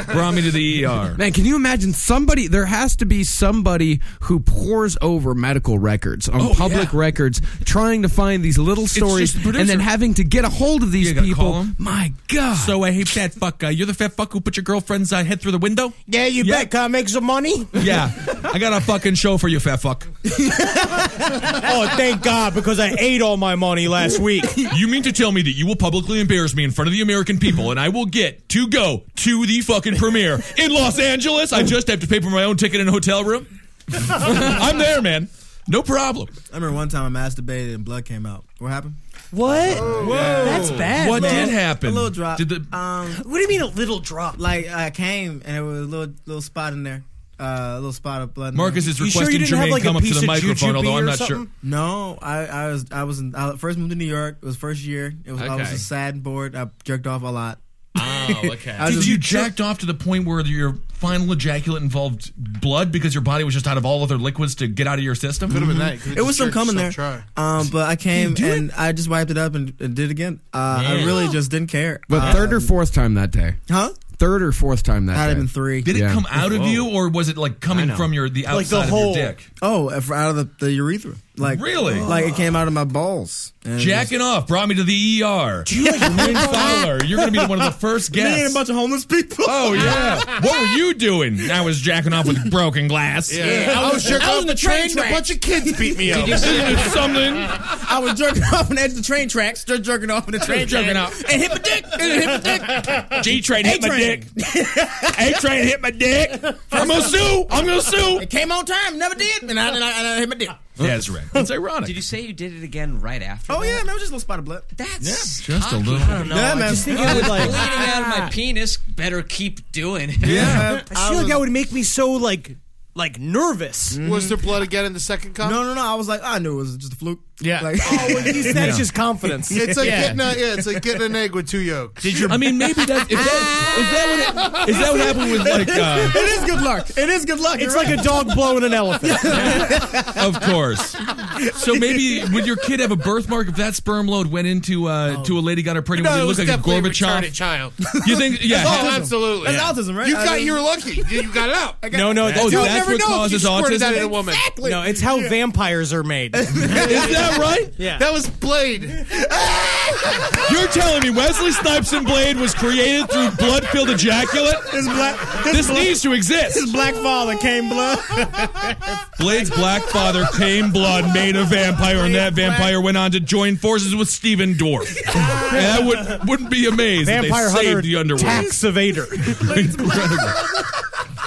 Speaker 7: brought me to the ER.
Speaker 3: Man, can you imagine somebody? There has to be somebody who pours over medical records on
Speaker 7: Oh,
Speaker 3: public records, trying to find these little stories,
Speaker 7: just the
Speaker 3: and then
Speaker 7: producer.
Speaker 3: having to get a hold of these people. My God.
Speaker 7: So I hate fat fuck guy. You're the fat fuck who put your girlfriend's uh, head through the window?
Speaker 9: Yeah, you
Speaker 7: Yeah.
Speaker 9: bet. Can I make some money?
Speaker 7: Yeah. I got a fucking show for you, fat fuck.
Speaker 9: oh, thank God, because I ate all my money last week.
Speaker 7: You mean to tell me that you will publicly embarrass me in front of the American people and I will get to go to the fucking premiere in Los Angeles? I just have to pay for my own ticket and a hotel room? I'm there, man. No problem.
Speaker 15: I remember one time I masturbated and blood came out. What happened?
Speaker 9: What? Whoa.
Speaker 15: That's bad.
Speaker 7: What
Speaker 15: man.
Speaker 7: did happen?
Speaker 15: A little drop.
Speaker 7: Did the-
Speaker 15: um,
Speaker 9: what do you mean a little drop?
Speaker 15: Like I came and it was a little little spot in there. Uh, a little spot of blood. in
Speaker 7: Marcus
Speaker 15: there.
Speaker 7: is You sure requesting you didn't have, Jermaine like, a come up to piece the of microphone, jujube although I'm or not sure. something?
Speaker 15: No, I, I was I was in, I first moved to New York. It was first year. It was I was
Speaker 7: Okay.
Speaker 15: just sad and bored. I jerked off a lot.
Speaker 7: Oh, okay.
Speaker 15: I was
Speaker 7: Did
Speaker 15: just-
Speaker 7: you jacked off to the point where your final ejaculate involved blood because your body was just out of all other liquids to get out of your system?
Speaker 10: Could have been that. Could've
Speaker 15: It was
Speaker 10: just
Speaker 15: some
Speaker 10: jerked
Speaker 15: coming there,
Speaker 10: yourself
Speaker 15: um, but I came
Speaker 3: do
Speaker 15: and I just wiped it up and, and did it again. Uh, I
Speaker 3: Yeah.
Speaker 15: really just didn't care.
Speaker 3: But
Speaker 15: Uh,
Speaker 3: third or fourth time that day?
Speaker 15: Huh?
Speaker 3: Third or fourth time that
Speaker 15: Had it
Speaker 3: day?
Speaker 15: been three.
Speaker 7: Did it
Speaker 3: Yeah.
Speaker 7: come out of you, or was it like coming from your the outside of your dick?
Speaker 15: Oh, if- out of the, the urethra. Like
Speaker 7: Really?
Speaker 15: Like it came out of my balls. And it
Speaker 7: Jacking off brought me to the ER.
Speaker 15: you, like,
Speaker 7: Lynn
Speaker 15: really-
Speaker 7: Fowler, you're going to be one of the first
Speaker 15: Me and
Speaker 7: guests.
Speaker 15: a bunch of homeless people.
Speaker 7: Oh yeah, what were you doing? I was jacking off with broken glass.
Speaker 10: Yeah. I was jerking off the train. A bunch of kids beat me up.
Speaker 7: something?
Speaker 15: I was jerking off on the edge of the train tracks, just jerking off on the train
Speaker 7: Jerking
Speaker 15: tracks.
Speaker 7: off.
Speaker 15: And hit my dick. And it hit my dick.
Speaker 7: G train hit my
Speaker 15: A-Train.
Speaker 7: dick. A train hit my dick. I'm gonna sue. I'm gonna sue.
Speaker 15: It came on time, never did. And I, and I, and I hit my dick.
Speaker 7: That's right. It's ironic.
Speaker 11: Did you say you did it again right after?
Speaker 15: Oh,
Speaker 11: that?
Speaker 15: yeah, man, it was just a little spot of blood.
Speaker 11: That's
Speaker 7: Yeah, just a
Speaker 11: cocky.
Speaker 7: little.
Speaker 11: I don't know.
Speaker 15: Yeah,
Speaker 11: I
Speaker 15: man.
Speaker 11: just think
Speaker 15: It
Speaker 11: it
Speaker 15: was
Speaker 11: was
Speaker 15: like-
Speaker 11: bleeding out of my penis. Better keep doing. it.
Speaker 7: Yeah.
Speaker 9: I feel like that would make me so like like nervous.
Speaker 10: Was there blood again in the second cup?
Speaker 15: No, no, no. I was like, I knew it was just a fluke.
Speaker 1: Yeah.
Speaker 15: Like,
Speaker 9: That's just confidence.
Speaker 10: It's like
Speaker 1: Yeah.
Speaker 10: getting a, yeah, it's like getting an egg with two yolks.
Speaker 1: Did your
Speaker 7: I mean, maybe that's if that is that what it, is that what happened with like. Uh,
Speaker 15: it is good luck. It is good luck.
Speaker 9: It's
Speaker 15: You're
Speaker 9: like a
Speaker 15: right.
Speaker 9: dog blowing an elephant.
Speaker 7: Of course. So maybe would your kid have a birthmark if that sperm load went into uh, to a lady got her pregnant?
Speaker 10: Oh. No, it
Speaker 7: would
Speaker 10: was
Speaker 7: it look like a
Speaker 10: definitely a retarded
Speaker 7: Gorbachev?
Speaker 10: child.
Speaker 7: You think? Yeah.
Speaker 10: Oh, absolutely.
Speaker 15: That's autism, right?
Speaker 10: You
Speaker 15: I
Speaker 10: got
Speaker 15: mean-
Speaker 10: you were lucky. You you got it out.
Speaker 9: No, no,
Speaker 7: oh,
Speaker 9: that's
Speaker 10: You'll
Speaker 7: that's
Speaker 10: never
Speaker 7: what
Speaker 10: know if you
Speaker 7: causes
Speaker 10: squirted
Speaker 7: autism.
Speaker 10: that at a woman.
Speaker 9: no, it's how vampires are made.
Speaker 7: Is that right?
Speaker 9: Yeah.
Speaker 10: That was Blade.
Speaker 7: You're telling me Wesley Snipes and Blade was created through blood-filled ejaculate?
Speaker 9: His black,
Speaker 7: This needs to exist.
Speaker 9: black father came blood.
Speaker 7: Blade's black father came blood, made a vampire, and that vampire went on to join forces with Steven Dorff. And I would, wouldn't be amazed
Speaker 9: Vampire
Speaker 7: if they
Speaker 9: hunter
Speaker 7: saved the underworld.
Speaker 9: tax evader.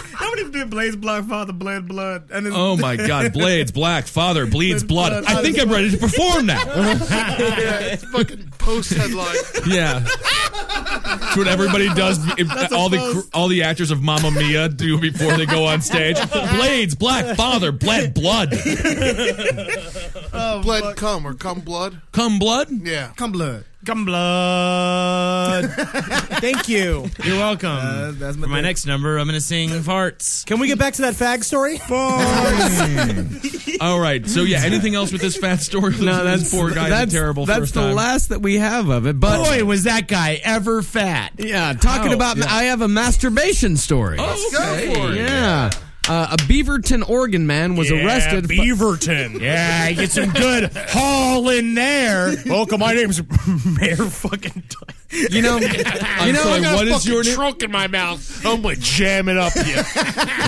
Speaker 15: How many did Blaze Black Father bled blood? And it's-
Speaker 7: Oh my God! Blades black, father bleeds blood.
Speaker 15: blood.
Speaker 7: I think I'm ready to perform now.
Speaker 10: yeah, it's fucking post headline.
Speaker 7: Yeah. It's what everybody does. if-
Speaker 4: That's a
Speaker 7: all the
Speaker 4: post.
Speaker 7: all the actors of Mamma Mia do before they go on stage. Blades, black father, bled blood.
Speaker 10: blood cum or cum blood?
Speaker 7: Cum blood?
Speaker 10: Yeah.
Speaker 15: Cum blood.
Speaker 1: Cum blood. Thank you. You're welcome.
Speaker 15: that's
Speaker 1: For my next number, I'm going to sing farts.
Speaker 9: Can we get back to that fag story?
Speaker 7: All right. So yeah, anything else with this fat story?
Speaker 3: No,
Speaker 7: This
Speaker 3: that's
Speaker 7: poor guy's a
Speaker 3: that's,
Speaker 7: terrible
Speaker 3: That's
Speaker 7: first
Speaker 3: the
Speaker 7: time.
Speaker 3: last that we have of it. But
Speaker 1: Boy, was that guy ever fat.
Speaker 3: Yeah, talking
Speaker 1: Oh,
Speaker 3: about
Speaker 1: yeah.
Speaker 3: I have a masturbation story.
Speaker 1: Oh, okay. Let's go for it.
Speaker 3: Yeah. Uh, a Beaverton, Oregon man was
Speaker 9: Yeah,
Speaker 3: arrested. for-
Speaker 9: Beaverton. yeah, get some good haul in there. Welcome, Oh, my name's Mayor fucking.
Speaker 3: You know,
Speaker 9: you
Speaker 10: know, I got a fucking
Speaker 9: trunk in my mouth. I'm gonna jam it up you.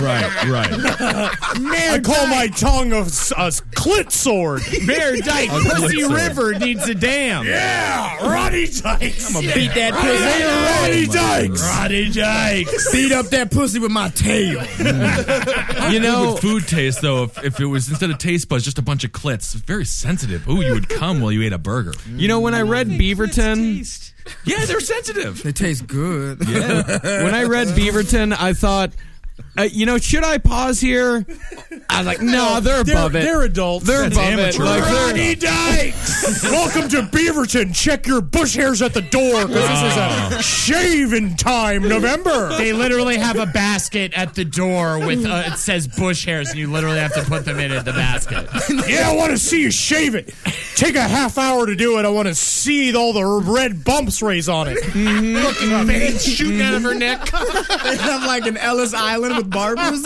Speaker 7: right, right.
Speaker 9: I call my tongue a, s- a s- clit sword.
Speaker 1: Mayor Dyke,
Speaker 9: A clit
Speaker 1: Pussy
Speaker 9: sword.
Speaker 1: River needs a dam.
Speaker 9: Yeah, Roddy Dykes.
Speaker 1: I'm a beat that
Speaker 9: Roddy
Speaker 1: pussy.
Speaker 9: Dykes.
Speaker 1: Roddy Dykes.
Speaker 15: Beat up that pussy with my tail.
Speaker 7: How
Speaker 3: You
Speaker 7: good
Speaker 3: know-
Speaker 7: would food taste though if, if it was instead of taste buds just a bunch of clits? Very sensitive. Ooh, you would come while you ate a burger.
Speaker 3: You know, when I read Beaverton,
Speaker 7: Yeah, they're sensitive.
Speaker 15: They taste good.
Speaker 3: when I read Beaverton, I thought, uh, you know, should I pause here? I was like, no, they're
Speaker 9: They're-
Speaker 3: above it.
Speaker 9: they're adults.
Speaker 3: They're
Speaker 9: That's
Speaker 3: above it.
Speaker 9: amateur.
Speaker 3: Like, they're-
Speaker 9: Roddy Dykes. Welcome to Beaverton. Check your bush hairs at the door because this is a shaving time November.
Speaker 1: They literally have a basket at the door with uh, it says bush hairs, and you literally have to put them in at the basket.
Speaker 9: Yeah, I want to see you shave it. Take a half hour to do it. I want to see all the red bumps raise on it.
Speaker 1: Fucking veins shooting out of her neck.
Speaker 15: they have like an Ellis Island with barbers.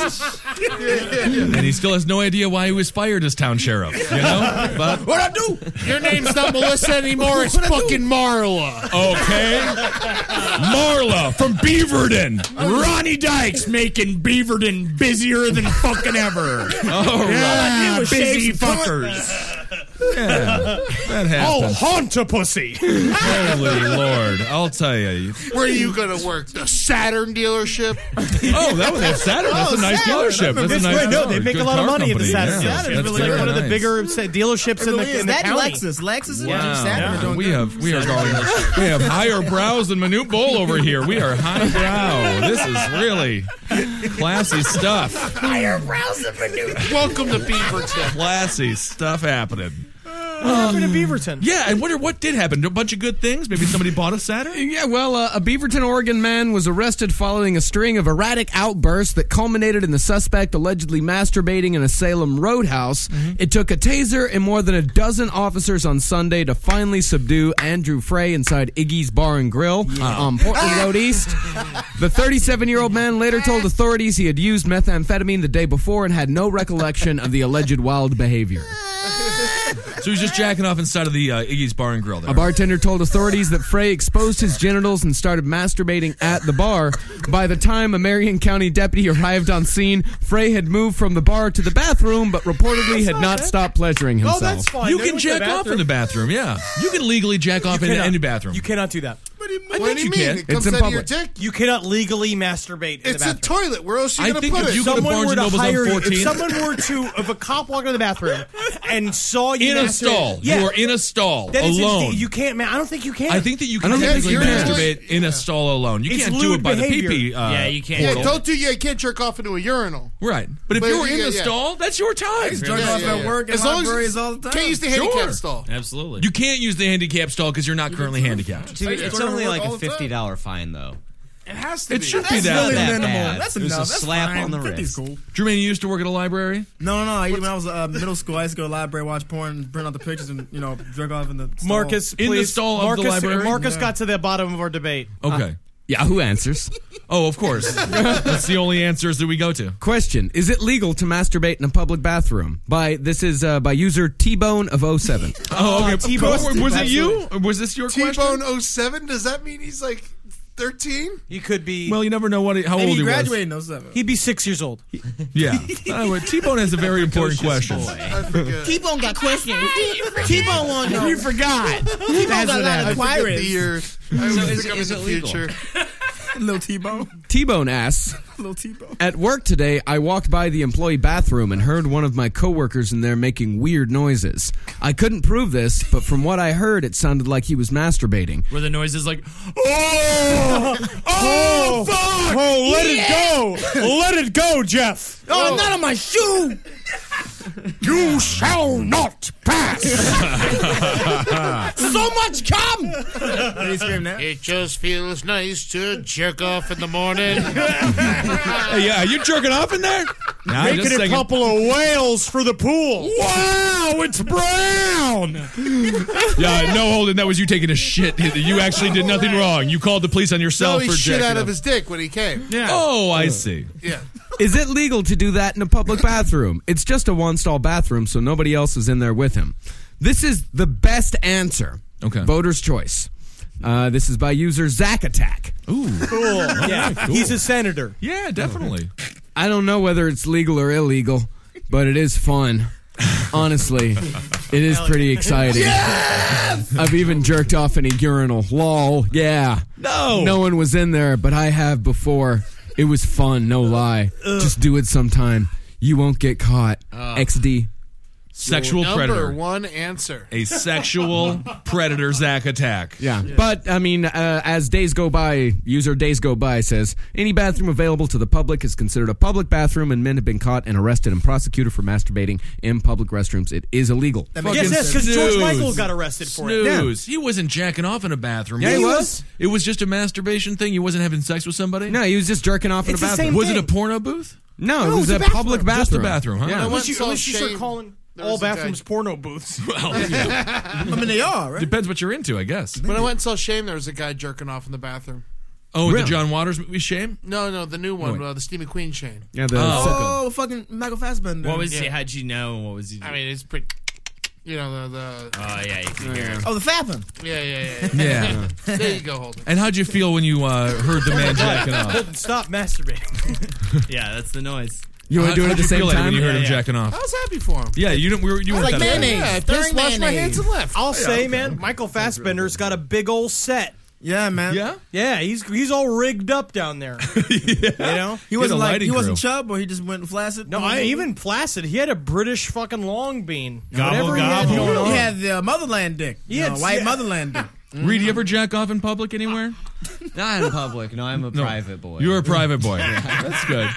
Speaker 7: And he still has no idea why he was fired as town sheriff. You know? But
Speaker 15: What I do?
Speaker 9: Your name's not Melissa anymore. It's fucking Marla.
Speaker 7: okay, Marla from Beaverton.
Speaker 9: Ronnie Dykes making Beaverton busier than fucking ever.
Speaker 7: All right.
Speaker 9: Yeah,
Speaker 1: You
Speaker 9: busy
Speaker 1: shave some
Speaker 9: fuckers.
Speaker 7: That
Speaker 9: Oh,
Speaker 7: happened.
Speaker 9: haunt a pussy.
Speaker 7: Holy Lord! I'll tell you.
Speaker 10: Where are you gonna work? The Saturn dealership?
Speaker 7: Oh, that was that's Saturn. That's a nice dealership. That's a nice.
Speaker 9: no,
Speaker 7: car.
Speaker 9: they make
Speaker 7: Good
Speaker 9: a lot of
Speaker 7: car
Speaker 9: money at
Speaker 7: company.
Speaker 9: the Saturn.
Speaker 7: Yeah,
Speaker 9: Saturn
Speaker 7: that's
Speaker 9: is like
Speaker 7: very
Speaker 9: one of the
Speaker 7: nice.
Speaker 9: bigger say, dealerships in the,
Speaker 15: Is
Speaker 9: in the
Speaker 15: that
Speaker 9: county.
Speaker 15: Lexus? Lexus is
Speaker 7: Wow.
Speaker 15: Saturn are doing
Speaker 7: We
Speaker 15: good.
Speaker 7: have we are going we have higher brows than Manute Bowl over here. We are high brow. This is really classy stuff.
Speaker 15: Higher brows of
Speaker 10: Welcome to Beaverton.
Speaker 7: Classy stuff happening.
Speaker 9: What happened to Beaverton?
Speaker 7: Yeah, I wonder what did happen. A bunch of good things. Maybe somebody bought a Saturn.
Speaker 3: Yeah, well, uh, a Beaverton, Oregon man was arrested following a string of erratic outbursts that culminated in the suspect allegedly masturbating in a Salem roadhouse. It took a taser and more than a dozen officers on Sunday to finally subdue Andrew Frey inside Iggy's Bar and Grill on Portland Road East. The 37 year old man later told authorities he had used methamphetamine the day before and had no recollection of the alleged wild behavior.
Speaker 7: So he's just jacking off inside of the uh, Iggy's Bar and Grill there.
Speaker 3: A bartender told authorities that Frey exposed his genitals and started masturbating at the bar. By the time a Marion County deputy arrived on scene, Frey had moved from the bar to the bathroom, but reportedly had not stopped pleasuring
Speaker 9: Oh,
Speaker 3: himself.
Speaker 9: that's fine.
Speaker 7: you
Speaker 9: They
Speaker 7: can
Speaker 9: went to
Speaker 7: jack
Speaker 9: the
Speaker 7: off in the bathroom. Yeah, you can legally jack off in
Speaker 9: cannot.
Speaker 7: any bathroom.
Speaker 9: You cannot do that.
Speaker 10: What do you,
Speaker 7: you
Speaker 10: mean?
Speaker 7: can.
Speaker 10: It comes
Speaker 3: in
Speaker 10: out of your dick?
Speaker 3: public.
Speaker 9: You cannot legally masturbate in the
Speaker 10: It's a
Speaker 9: bathroom.
Speaker 10: toilet. Where else are
Speaker 7: I
Speaker 10: you gonna
Speaker 7: think
Speaker 10: put
Speaker 7: if
Speaker 10: it?
Speaker 7: you go to
Speaker 9: someone
Speaker 7: Barnes
Speaker 9: were
Speaker 7: and
Speaker 9: to
Speaker 7: Noble's on
Speaker 9: hire you, if
Speaker 7: 14th.
Speaker 9: someone were to, if a cop walked into the bathroom and saw you
Speaker 7: in a
Speaker 9: masturbate-
Speaker 7: stall.
Speaker 9: yeah,
Speaker 7: You are in a stall
Speaker 9: that is
Speaker 7: alone.
Speaker 9: insane. You can't, man. I don't think you can.
Speaker 7: I think that you can
Speaker 3: don't think
Speaker 7: technically
Speaker 3: you can.
Speaker 7: masturbate in a stall alone. You
Speaker 9: It's
Speaker 7: can't do it
Speaker 9: lewd
Speaker 7: by
Speaker 9: behavior.
Speaker 7: the pee pee. Uh,
Speaker 1: Yeah, you can't.
Speaker 10: yeah,
Speaker 7: portal.
Speaker 10: don't do. Yeah, you can't jerk off into a urinal.
Speaker 7: Right. But if
Speaker 10: But
Speaker 7: you're
Speaker 10: if
Speaker 7: in
Speaker 10: you-
Speaker 7: the
Speaker 10: yeah.
Speaker 7: stall, that's your time.
Speaker 15: jerk
Speaker 10: Yeah,
Speaker 15: off
Speaker 10: yeah,
Speaker 15: at
Speaker 10: yeah.
Speaker 15: work and
Speaker 10: As long as-
Speaker 15: libraries all the time.
Speaker 10: Can't use the
Speaker 7: Sure.
Speaker 10: handicap stall.
Speaker 1: Absolutely.
Speaker 7: You can't use the handicap stall because you're not currently handicapped.
Speaker 11: Dude,
Speaker 10: It's
Speaker 11: it's
Speaker 10: gonna
Speaker 11: only
Speaker 10: work
Speaker 11: like
Speaker 10: all
Speaker 11: a
Speaker 10: the time.
Speaker 11: fifty dollar fine though.
Speaker 10: It has to
Speaker 7: It
Speaker 10: be.
Speaker 7: should be
Speaker 11: That's
Speaker 7: that.
Speaker 11: really
Speaker 7: bad.
Speaker 11: minimal.
Speaker 7: bad.
Speaker 11: That's
Speaker 7: It was
Speaker 11: enough.
Speaker 7: a
Speaker 11: That's
Speaker 7: slap
Speaker 11: fine.
Speaker 7: on the
Speaker 11: 50's
Speaker 7: wrist.
Speaker 11: cool.
Speaker 7: Jermaine, you used to work at a library.
Speaker 15: No, no, no. Even when I was uh, middle school, I used to go to the library, watch porn, print out the pictures, and you know, jerk off in the stall.
Speaker 9: Marcus,
Speaker 7: In the
Speaker 9: please.
Speaker 7: stall of the
Speaker 9: Marcus,
Speaker 7: library?
Speaker 9: Marcus got to the bottom of our debate.
Speaker 7: Okay.
Speaker 3: yeah, who answers?
Speaker 7: Oh, of course. That's the only answers that we go to.
Speaker 3: Question: Is it legal to masturbate in a public bathroom? By this is uh, by user T Bone of 07.
Speaker 7: Oh, okay.
Speaker 9: T-Bone.
Speaker 7: Was- Was it you? Or was this your question?
Speaker 10: T-Bone 07? Does that mean he's like 13?
Speaker 9: He could be.
Speaker 7: Well, you never know what he, how
Speaker 15: Maybe
Speaker 7: old
Speaker 15: he
Speaker 7: he
Speaker 15: graduated in 07.
Speaker 9: he'd be six years old.
Speaker 7: was. Yeah. Uh, well, T-Bone has a very important question.
Speaker 10: I forget.
Speaker 12: Keep on got questions.
Speaker 15: Keep on one.
Speaker 1: You forgot.
Speaker 15: Keep on got a lot
Speaker 10: I
Speaker 15: of
Speaker 10: forget the
Speaker 15: inquiries.
Speaker 10: years. I always
Speaker 11: is-
Speaker 10: think I'm in
Speaker 11: is
Speaker 10: the
Speaker 11: it legal?
Speaker 10: future.
Speaker 15: Little T-Bone.
Speaker 3: T-Bone asks,
Speaker 15: Little T-Bone.
Speaker 3: At work today, I walked by the employee bathroom and heard one of my coworkers in there making weird noises. I couldn't prove this, but from what I heard, it sounded like he was masturbating.
Speaker 1: Where the noise is like,
Speaker 9: Oh, oh, fuck! Oh, let it go! Let it go, Jeff!
Speaker 4: Oh, not on my shoe!
Speaker 9: You shall not
Speaker 4: so much cum!
Speaker 16: It just feels nice to jerk off in the morning.
Speaker 7: Hey, yeah, you jerking off in there? Nah,
Speaker 9: Making
Speaker 7: just
Speaker 9: a
Speaker 7: thinking-
Speaker 9: couple of whales for the pool.
Speaker 7: Wow,
Speaker 9: it's brown!
Speaker 7: Yeah, no, Holden, that was you taking a shit. You actually did nothing wrong. You called the police on
Speaker 10: No,
Speaker 7: yourself
Speaker 10: he
Speaker 7: for
Speaker 10: shit
Speaker 7: jacking
Speaker 10: out
Speaker 7: off.
Speaker 10: of his dick when he came.
Speaker 7: Oh, I see.
Speaker 10: Yeah.
Speaker 3: Is it legal to do that in a public bathroom? It's just a one stall bathroom, so nobody else is in there with him. This is the best answer.
Speaker 7: Okay.
Speaker 3: Voter's choice. Uh, this is by user Zack Attack.
Speaker 7: Ooh.
Speaker 9: Cool. Yeah, he's a
Speaker 3: senator.
Speaker 7: Yeah, definitely.
Speaker 3: I don't know whether it's legal or illegal, but it is fun. Honestly, it is pretty exciting. I've even jerked off in a urinal. Lol. Yeah.
Speaker 7: No.
Speaker 3: No one was in there, but I have before. It was fun. No lie. Just do it sometime. You won't get caught. XD.
Speaker 7: Sexual
Speaker 10: Number
Speaker 7: predator.
Speaker 10: one answer.
Speaker 7: A sexual predator Zach attack.
Speaker 3: Yeah. But, I mean, uh, as days go by, user days go by says any bathroom available to the public is considered a public bathroom, and men have been caught and arrested and prosecuted for masturbating in public restrooms. It is illegal.
Speaker 9: yes, yes, because George
Speaker 7: snooze.
Speaker 9: Michael got arrested for it.
Speaker 7: Snooze. He wasn't jacking off in a bathroom.
Speaker 9: Yeah, he was.
Speaker 7: It was just a masturbation thing. He wasn't having sex with somebody.
Speaker 3: No, he was just jerking off
Speaker 9: in It's a the bathroom. same
Speaker 7: Was it a
Speaker 9: thing.
Speaker 7: porno booth?
Speaker 3: No,
Speaker 9: No,
Speaker 3: it was
Speaker 9: it's
Speaker 3: a,
Speaker 9: a bathroom.
Speaker 3: public bathroom.
Speaker 7: Just a bathroom, huh?
Speaker 3: Yeah.
Speaker 9: At least, you,
Speaker 10: saw
Speaker 9: at least you start
Speaker 10: Shane-
Speaker 9: calling
Speaker 10: there
Speaker 9: all
Speaker 10: was a guy-
Speaker 9: bathrooms porno booths.
Speaker 7: Well, yeah.
Speaker 10: I mean, they are, right?
Speaker 7: Depends what you're into, I guess.
Speaker 10: When I went and saw Shame, there was a guy jerking off in the bathroom.
Speaker 7: oh,
Speaker 10: Really?
Speaker 7: the John Waters movie, Shame?
Speaker 10: No, no, the new one,
Speaker 7: Wait.
Speaker 10: uh, the Steve McQueen Shame.
Speaker 3: Yeah,
Speaker 7: the Oh. second
Speaker 15: Oh, fucking Michael Fassbender.
Speaker 1: what was he? How'd you know? What was he?
Speaker 10: I mean, it's pretty. You know the. the
Speaker 1: Oh, yeah, you can hear him.
Speaker 15: Oh, the Fathom.
Speaker 10: Yeah, yeah, yeah.
Speaker 7: Yeah.
Speaker 10: there you go, Holden.
Speaker 7: And how'd you feel when you uh, heard the man jacking off?
Speaker 9: Stop masturbating.
Speaker 1: Yeah, that's the noise.
Speaker 3: You
Speaker 7: How- how'd you feel like when you heard him jacking
Speaker 10: I
Speaker 7: off?
Speaker 10: was happy for him.
Speaker 7: Yeah, you didn't. We were, you weren't that upset.
Speaker 10: Yeah, I pissed, washed my hands and left.
Speaker 9: I'll say, man, Michael Fassbender's got a big old set.
Speaker 15: Yeah, man.
Speaker 7: Yeah,
Speaker 9: Yeah, he's he's all rigged up down there. You know,
Speaker 15: He wasn't like he wasn't chub, or he just went flaccid.
Speaker 9: No, I, even Placid, he had a British fucking long bean.
Speaker 7: Gobble,
Speaker 9: Whatever he had
Speaker 7: gobble.
Speaker 9: going on.
Speaker 15: He had the uh, motherland dick.
Speaker 9: He
Speaker 15: Yeah,
Speaker 9: had-
Speaker 15: white
Speaker 9: yeah.
Speaker 15: motherland dick.
Speaker 7: Reed, you ever jack off in public anywhere?
Speaker 11: Not in public. No, I'm a private boy.
Speaker 7: You're a private boy. That's good.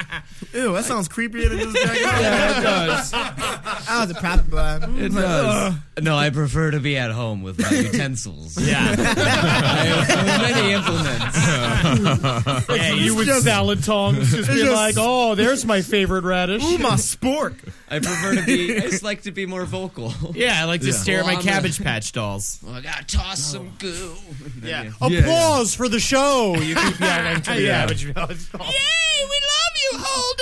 Speaker 15: Ew, that sounds creepier than this guy.
Speaker 7: Yeah, it does.
Speaker 15: I was a prop boy.
Speaker 7: It does.
Speaker 11: No, I prefer to be at home with my utensils.
Speaker 1: Yeah.
Speaker 11: I have many implements.
Speaker 9: Yeah, you with salad tongs, just be like, "Oh, there's my favorite radish."
Speaker 15: Ooh, my spork.
Speaker 11: I prefer to be. I just like to be more vocal.
Speaker 1: Yeah, I like to stare at
Speaker 11: Well,
Speaker 1: my
Speaker 11: I'm a-
Speaker 1: Cabbage Patch dolls.
Speaker 11: Well, I gotta toss some goo. Yeah.
Speaker 9: Applause for the show. You keep yelling to the
Speaker 7: Yeah.
Speaker 9: average village.
Speaker 11: Yay! We love you, Holden.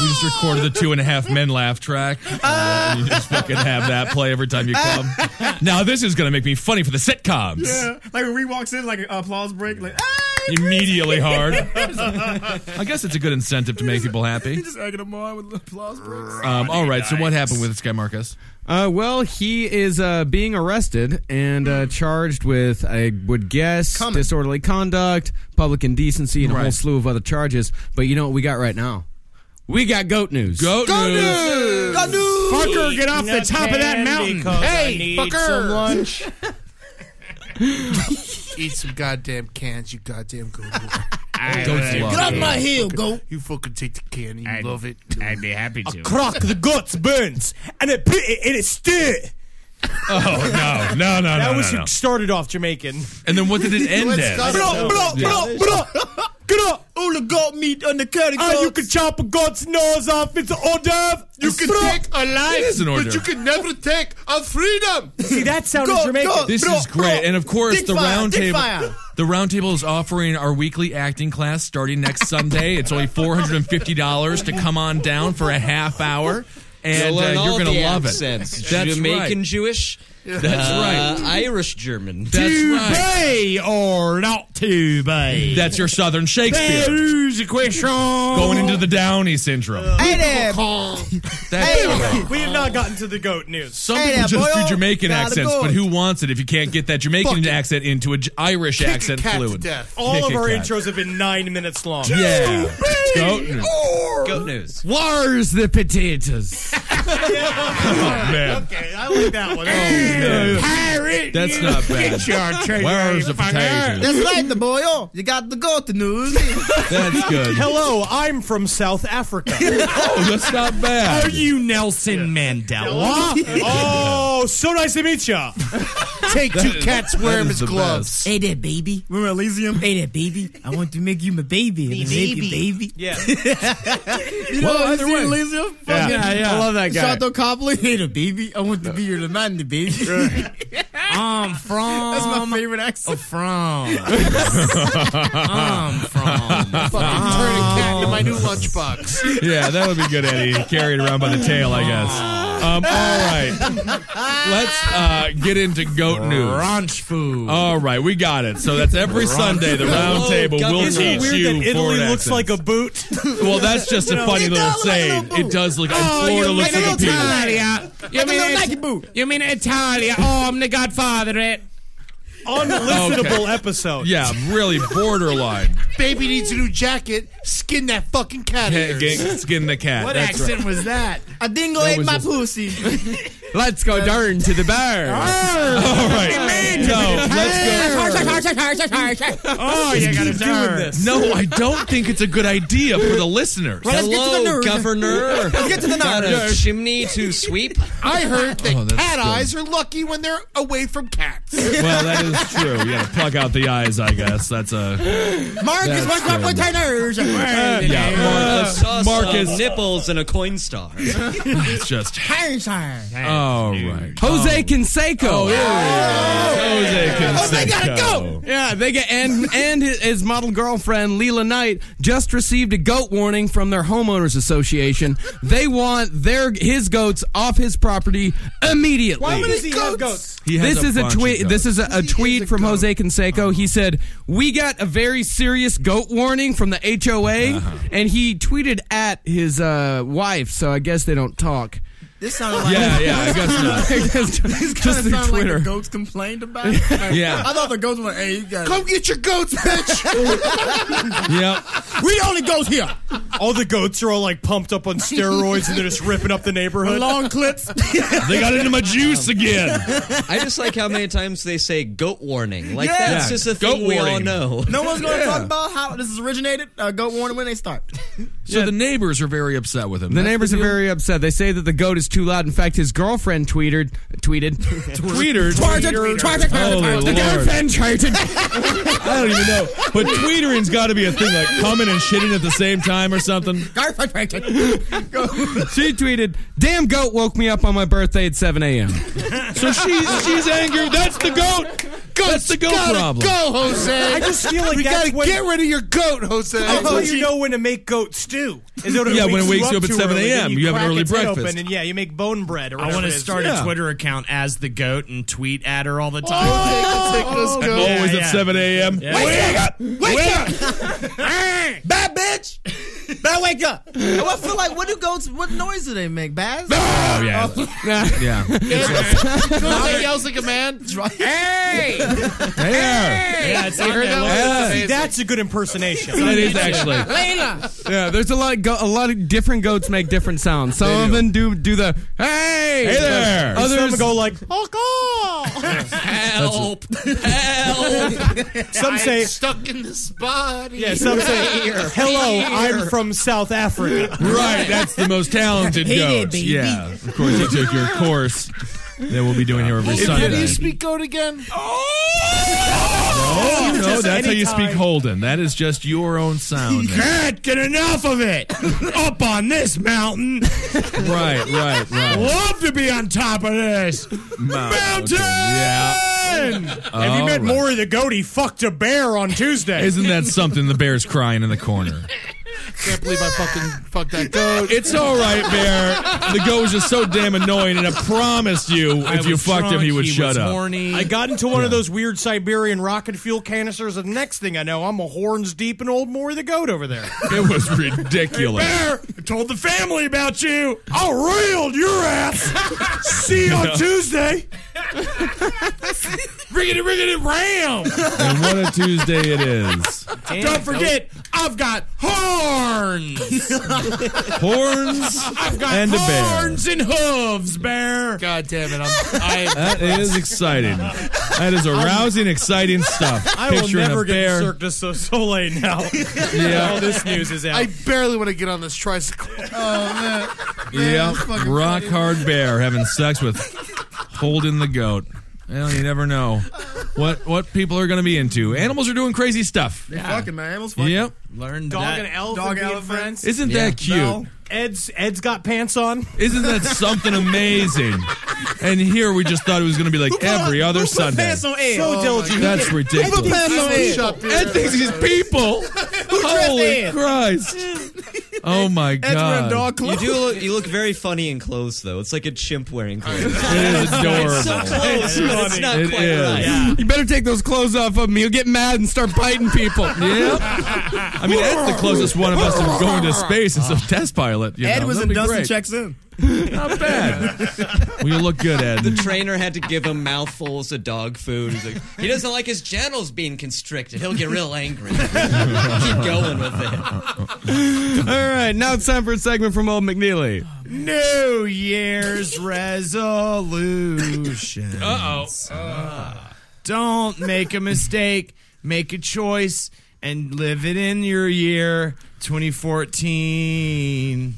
Speaker 7: You just recorded the two and a half men laugh track. Uh, you just fucking have that play every time you come. now this is gonna make me funny for the sitcoms.
Speaker 15: Yeah, like when Reed walks in, like an applause break, like ah,
Speaker 7: Immediately hard. I guess it's a good incentive to make people happy.
Speaker 15: he just egging them on with applause breaks.
Speaker 7: Um, all right, so what happened with this guy, Marcus?
Speaker 3: Uh, well, he is uh, being arrested and
Speaker 7: Hmm.
Speaker 3: uh, charged with, I would guess, disorderly conduct, public indecency, and a whole
Speaker 7: Right.
Speaker 3: slew of other charges. But you know what we got right now? We got goat news.
Speaker 7: Goat news.
Speaker 9: Fucker, get off the top of that mountain. Hey, fucker. lunch.
Speaker 10: Eat some goddamn cans, you goddamn goat.
Speaker 7: Goat's
Speaker 15: Get off my heel, goat.
Speaker 10: you fucking take the can, you
Speaker 1: I'd-
Speaker 10: love it.
Speaker 1: I'd be happy to.
Speaker 9: Crock the guts burns, and it put it in a stir.
Speaker 7: Oh no, no, no,
Speaker 9: That
Speaker 7: no,
Speaker 9: was
Speaker 7: no,
Speaker 9: who
Speaker 7: no.
Speaker 9: started off Jamaican.
Speaker 7: And then what did it end
Speaker 10: Let's
Speaker 7: at?
Speaker 10: go.
Speaker 9: Bro, bro, bro, bro. Get up.
Speaker 15: All the goat meat on the curry
Speaker 9: Ah, you
Speaker 15: goat.
Speaker 9: can chop a goat's nose off. It's an hors d'oeuvre.
Speaker 10: You can take a
Speaker 7: It
Speaker 10: life,
Speaker 7: is an order.
Speaker 10: but you can never take a freedom.
Speaker 9: See, that sounded
Speaker 15: Go,
Speaker 9: Jamaican.
Speaker 15: go.
Speaker 7: This
Speaker 15: Bro,
Speaker 7: is great.
Speaker 15: bro.
Speaker 7: and of course,
Speaker 15: Dick
Speaker 7: the
Speaker 15: fire,
Speaker 7: round
Speaker 15: dick
Speaker 7: table.
Speaker 15: fire.
Speaker 7: The round table is offering our weekly acting class starting next Sunday. It's only four hundred and fifty dollars to come on
Speaker 3: uh,
Speaker 7: down for a half hour, and uh, you're going to love it. That's
Speaker 11: Jamaican
Speaker 7: right.
Speaker 11: Jewish,
Speaker 7: That's
Speaker 11: Uh,
Speaker 7: right.
Speaker 11: Irish German.
Speaker 7: That's right.
Speaker 1: Hey, or not to be.
Speaker 7: That's your Southern Shakespeare.
Speaker 1: There's a question.
Speaker 7: Going into the Downey syndrome.
Speaker 9: Hey there.
Speaker 7: That's right.
Speaker 9: we have not gotten to the goat news.
Speaker 7: Some people just do Jamaican accents, but who wants it if you can't get that Jamaican accent into an Irish accent fluid?
Speaker 9: All
Speaker 7: Kick
Speaker 9: of
Speaker 7: a
Speaker 9: our
Speaker 7: cat.
Speaker 9: intros have been nine minutes long.
Speaker 7: Yeah. Goat news.
Speaker 9: Or-
Speaker 7: Goat news.
Speaker 3: Where's the potatoes?
Speaker 7: Oh, man.
Speaker 9: Okay, I like that one.
Speaker 7: Pirate, That's you not bad. get your treasure, Where's you the fucker. potatoes?
Speaker 15: That's right, the boy. Oh, you got the goat news.
Speaker 7: That's good.
Speaker 9: Hello, I'm from South Africa.
Speaker 7: oh, that's not bad.
Speaker 1: Are you Nelson Mandela?
Speaker 9: oh, so nice to meet you.
Speaker 15: Take
Speaker 1: That two is- cats that wear is his the gloves. best.
Speaker 15: Hey there, baby. Remember Elysium? Hey there, baby. I want to make you my baby.
Speaker 9: Me
Speaker 15: I make you
Speaker 9: baby.
Speaker 15: baby.
Speaker 9: Yeah.
Speaker 15: you know,
Speaker 9: Well,
Speaker 15: well,
Speaker 9: either
Speaker 15: either
Speaker 9: way.
Speaker 15: Elysium?
Speaker 9: Yeah. Yeah, yeah. I love that guy.
Speaker 15: Shoto Copley. Hey there, baby. I want to be your man, baby.
Speaker 1: I'm from.
Speaker 15: That's my favorite accent.
Speaker 1: From. I'm from.
Speaker 10: Fucking turn a cat into my new lunchbox.
Speaker 7: Yeah, that would be good, Eddie. Carried around by the tail, I guess.
Speaker 9: Ah.
Speaker 7: Um, all right. Let's uh, get into goat news.
Speaker 1: Ranch food.
Speaker 7: All right, we got it. So that's every
Speaker 1: Brunch
Speaker 7: Sunday. The
Speaker 1: food.
Speaker 7: round
Speaker 1: Whoa,
Speaker 7: table
Speaker 1: God,
Speaker 7: will
Speaker 1: isn't
Speaker 9: Oh, it
Speaker 7: teach
Speaker 9: weird
Speaker 7: you
Speaker 9: that Italy
Speaker 7: foreign
Speaker 9: looks
Speaker 7: accents.
Speaker 9: like a boot?
Speaker 7: Well, that's just a
Speaker 9: You know,
Speaker 7: funny
Speaker 9: it
Speaker 7: little
Speaker 9: does look like a
Speaker 7: saying.
Speaker 9: little Oh,
Speaker 7: it does look like Florida looks like a penis.
Speaker 1: Italia. You mean it, You mean Italia? Oh, I'm the Godfather. It.
Speaker 9: Unlistenable
Speaker 7: Okay.
Speaker 9: episode.
Speaker 7: Yeah, really borderline.
Speaker 10: Baby needs a new jacket. Skin that fucking cat. of
Speaker 7: Get-
Speaker 10: yours.
Speaker 7: get- Skin the cat. That's right.
Speaker 1: was that?
Speaker 15: A dingo
Speaker 7: That
Speaker 15: ate
Speaker 7: was
Speaker 15: my
Speaker 7: just-
Speaker 15: pussy.
Speaker 3: Let's go down to the bar.
Speaker 7: All right. No, let's go.
Speaker 1: Oh, you got to doing this.
Speaker 7: No, I don't think it's a good idea for the listeners.
Speaker 15: Well, let's get to the
Speaker 11: Hello,
Speaker 15: nerve.
Speaker 11: Governor.
Speaker 15: Let's get to the
Speaker 11: Got a
Speaker 15: nerve.
Speaker 11: chimney to sweep.
Speaker 10: I heard that
Speaker 7: Oh, that's
Speaker 10: cat
Speaker 7: good.
Speaker 10: eyes are lucky when they're away from cats.
Speaker 7: Well, that is true. You gotta pluck out the eyes, I guess. That's a
Speaker 15: Marcus,
Speaker 7: That's
Speaker 15: what's my
Speaker 7: good.
Speaker 15: potatoes?
Speaker 7: yeah.
Speaker 11: Uh, sauce
Speaker 7: Marcus-
Speaker 11: of nipples and a coin star.
Speaker 7: It's just
Speaker 15: Hindsight.
Speaker 7: all right. Oh,
Speaker 3: Jose Canseco. Oh,
Speaker 7: Jose Canseco.
Speaker 15: they gotta go.
Speaker 3: Yeah, they get and and his, his model girlfriend Leela Knight just received a goat warning from their homeowners association. They want their his goats off his property immediately.
Speaker 9: Why does he have goats?
Speaker 7: He has
Speaker 3: this is a
Speaker 7: bunch of
Speaker 3: tweet.
Speaker 7: goats.
Speaker 3: This is a, a tweet from Jose Canseco. He said, "We got a very serious goat warning from the HOA," and he tweeted at his uh, wife. So I guess they don't talk.
Speaker 15: This sounded like
Speaker 7: Yeah, yeah. I guess not.
Speaker 3: I guess just
Speaker 15: Kinda
Speaker 3: through
Speaker 15: sound
Speaker 3: Twitter.
Speaker 15: Like the goats complained about. It. Like,
Speaker 7: Yeah.
Speaker 15: I thought the goats were like, "Hey, you got
Speaker 10: Come get your goats, bitch.
Speaker 7: Yep.
Speaker 15: we only goats here."
Speaker 9: All the goats are all like pumped up on steroids and they're just ripping up the neighborhood.
Speaker 15: Long clips.
Speaker 7: They got into my juice again.
Speaker 11: I just like how many times they say goat warning. Like
Speaker 15: Yeah.
Speaker 11: that's just a
Speaker 7: Goat
Speaker 11: thing we all
Speaker 7: warning.
Speaker 11: know.
Speaker 15: No one's going to talk about how this is originated. Uh, goat warning when they start.
Speaker 7: So the neighbors are very upset with him.
Speaker 3: The neighbors are very upset. They say that the goat is too loud. In fact, his girlfriend tweeted, tweeted,
Speaker 7: tweeter. Holy
Speaker 3: The
Speaker 7: Lord.
Speaker 3: girlfriend tweeted.
Speaker 7: I don't even know. But tweetering's got to be a thing like coming and shitting at the same time or something.
Speaker 3: She tweeted, "Damn goat woke me up on my birthday at 7 a.m."
Speaker 7: So she's she's angry. That's the goat. That's the goat problem.
Speaker 10: Go, Jose.
Speaker 9: I just feel like
Speaker 10: we
Speaker 9: that's
Speaker 10: gotta
Speaker 9: when-
Speaker 10: get rid of your goat, Jose.
Speaker 9: That's how you know when to make goat stew. Is that
Speaker 7: Yeah, when it wakes you up
Speaker 9: too
Speaker 7: at 7
Speaker 9: early, then
Speaker 7: a.m., you have an
Speaker 9: crack
Speaker 7: early
Speaker 9: its head
Speaker 7: breakfast.
Speaker 9: Open and yeah, you make bone bread. Or
Speaker 1: I
Speaker 9: want to
Speaker 1: start
Speaker 7: Yeah.
Speaker 1: a Twitter account as the goat and tweet at her all the time.
Speaker 10: Take those goats.
Speaker 7: Always
Speaker 1: Yeah,
Speaker 7: at
Speaker 1: yeah.
Speaker 7: 7 a.m.
Speaker 15: Bad bitch. Bad wake up. I feel like what do goats? What noise do they make? Bad.
Speaker 7: Oh yeah, yeah.
Speaker 10: Jose yells like a man.
Speaker 7: Hey there.
Speaker 1: Yeah, it's
Speaker 10: I
Speaker 1: on
Speaker 10: heard
Speaker 1: there.
Speaker 10: that one.
Speaker 9: That's a good impersonation.
Speaker 7: That is actually.
Speaker 15: Layla.
Speaker 3: Yeah, there's a lot. Of go- a lot of different goats make different sounds. Some of them do do the hey,
Speaker 7: Hey there.
Speaker 9: Some
Speaker 3: Others
Speaker 9: go like,
Speaker 11: Help! Help!
Speaker 9: some say,
Speaker 10: Stuck in this body.
Speaker 9: yeah, some say, hello, I'm from South Africa.
Speaker 7: Right, that's the most talented
Speaker 15: Hit it,
Speaker 7: goat.
Speaker 15: baby.
Speaker 7: Yeah, of course you took your course that we'll be doing here every
Speaker 10: How do
Speaker 7: Sunday.
Speaker 10: you speak goat again?
Speaker 7: Oh, no,
Speaker 9: Just
Speaker 7: that's how you
Speaker 9: anytime.
Speaker 7: speak Holden. That is just your own sound.
Speaker 1: Can't get enough of it. Up on this mountain.
Speaker 7: right, right, right.
Speaker 1: Love to be on top of this.
Speaker 7: Mountain. Yeah.
Speaker 9: Have you
Speaker 7: All
Speaker 9: met
Speaker 7: right.
Speaker 9: Maury the goat? He fucked a bear on Tuesday.
Speaker 7: Isn't that something? The bear's crying in the corner.
Speaker 10: Can't believe I fucking fucked that goat.
Speaker 7: It's all right, Bear. The goat was just so damn annoying, and I promised you
Speaker 10: I
Speaker 7: if you
Speaker 10: was
Speaker 7: fucked him,
Speaker 10: drunk,
Speaker 7: he would
Speaker 10: he
Speaker 7: shut
Speaker 10: was
Speaker 7: up.
Speaker 10: horny.
Speaker 9: I got into one of those weird Siberian rocket fuel canisters, and the next thing I know, I'm a horns deep in old Maury the goat over there.
Speaker 7: It was ridiculous.
Speaker 9: Bear, I told the family about you. I railed your ass. See you on
Speaker 7: Yeah.
Speaker 9: Tuesday. Bring it, bring it, ram.
Speaker 7: and what a Tuesday it is.
Speaker 16: Don't forget,
Speaker 9: I've got horns.
Speaker 7: Horns
Speaker 16: I've got
Speaker 7: and a bear.
Speaker 16: horns and hooves, bear. God damn it! I'm, I
Speaker 7: That is exciting. That is arousing, exciting stuff.
Speaker 9: I will
Speaker 7: Picturing
Speaker 9: never
Speaker 7: a
Speaker 9: get
Speaker 7: bear.
Speaker 9: Cirque du Soleil now.
Speaker 7: Yeah.
Speaker 9: All this news is out.
Speaker 10: I barely want to get on this tricycle.
Speaker 4: Oh man.
Speaker 7: Yeah,
Speaker 10: that's fucking
Speaker 7: rock
Speaker 10: funny.
Speaker 7: hard bear having sex with holding the goat. Well, you never know what what people are going to be into. Animals are doing crazy stuff.
Speaker 15: Fucking man, animals. Fucking.
Speaker 7: Yep.
Speaker 1: Learned
Speaker 9: Dog
Speaker 15: that-
Speaker 9: and elephant.
Speaker 15: Dog
Speaker 9: being
Speaker 15: elephant.
Speaker 9: friends.
Speaker 7: Isn't that cute?
Speaker 9: No. Ed's Ed's got pants on.
Speaker 7: Isn't that something amazing? And here we just thought it was going to be like every other Sunday.
Speaker 9: pants on oh Ed? So diligent.
Speaker 7: That's
Speaker 9: Who
Speaker 7: ridiculous.
Speaker 9: put pants on Ed? Shut up, Ed.
Speaker 7: Ed thinks he's people. Holy
Speaker 11: Ed?
Speaker 7: Christ! Oh my God!
Speaker 11: You do look, you look very funny in clothes, though. It's like a chimp wearing clothes. it
Speaker 7: is adorable.
Speaker 11: It's so close, but it's not
Speaker 7: It
Speaker 11: quite
Speaker 7: is.
Speaker 11: right.
Speaker 3: You better take those clothes off of me. You'll get mad and start biting people.
Speaker 7: Yeah. I mean, Ed's the closest one of us to going to space as a test pilot. You
Speaker 15: Ed
Speaker 7: know?
Speaker 15: was
Speaker 7: That'd
Speaker 15: in
Speaker 7: be
Speaker 15: Dustin
Speaker 7: great.
Speaker 15: checks in.
Speaker 7: Not bad. well, you look good, Ed.
Speaker 11: The trainer had to give him mouthfuls of dog food. He's like, he doesn't like his genitals being constricted. He'll get real angry. Keep going with it.
Speaker 3: All right, now it's time for a segment from Old McNeely.
Speaker 1: New Year's resolution.
Speaker 7: Uh-oh.
Speaker 1: Ah. Don't make a mistake. Make a choice and live it in your year 2014.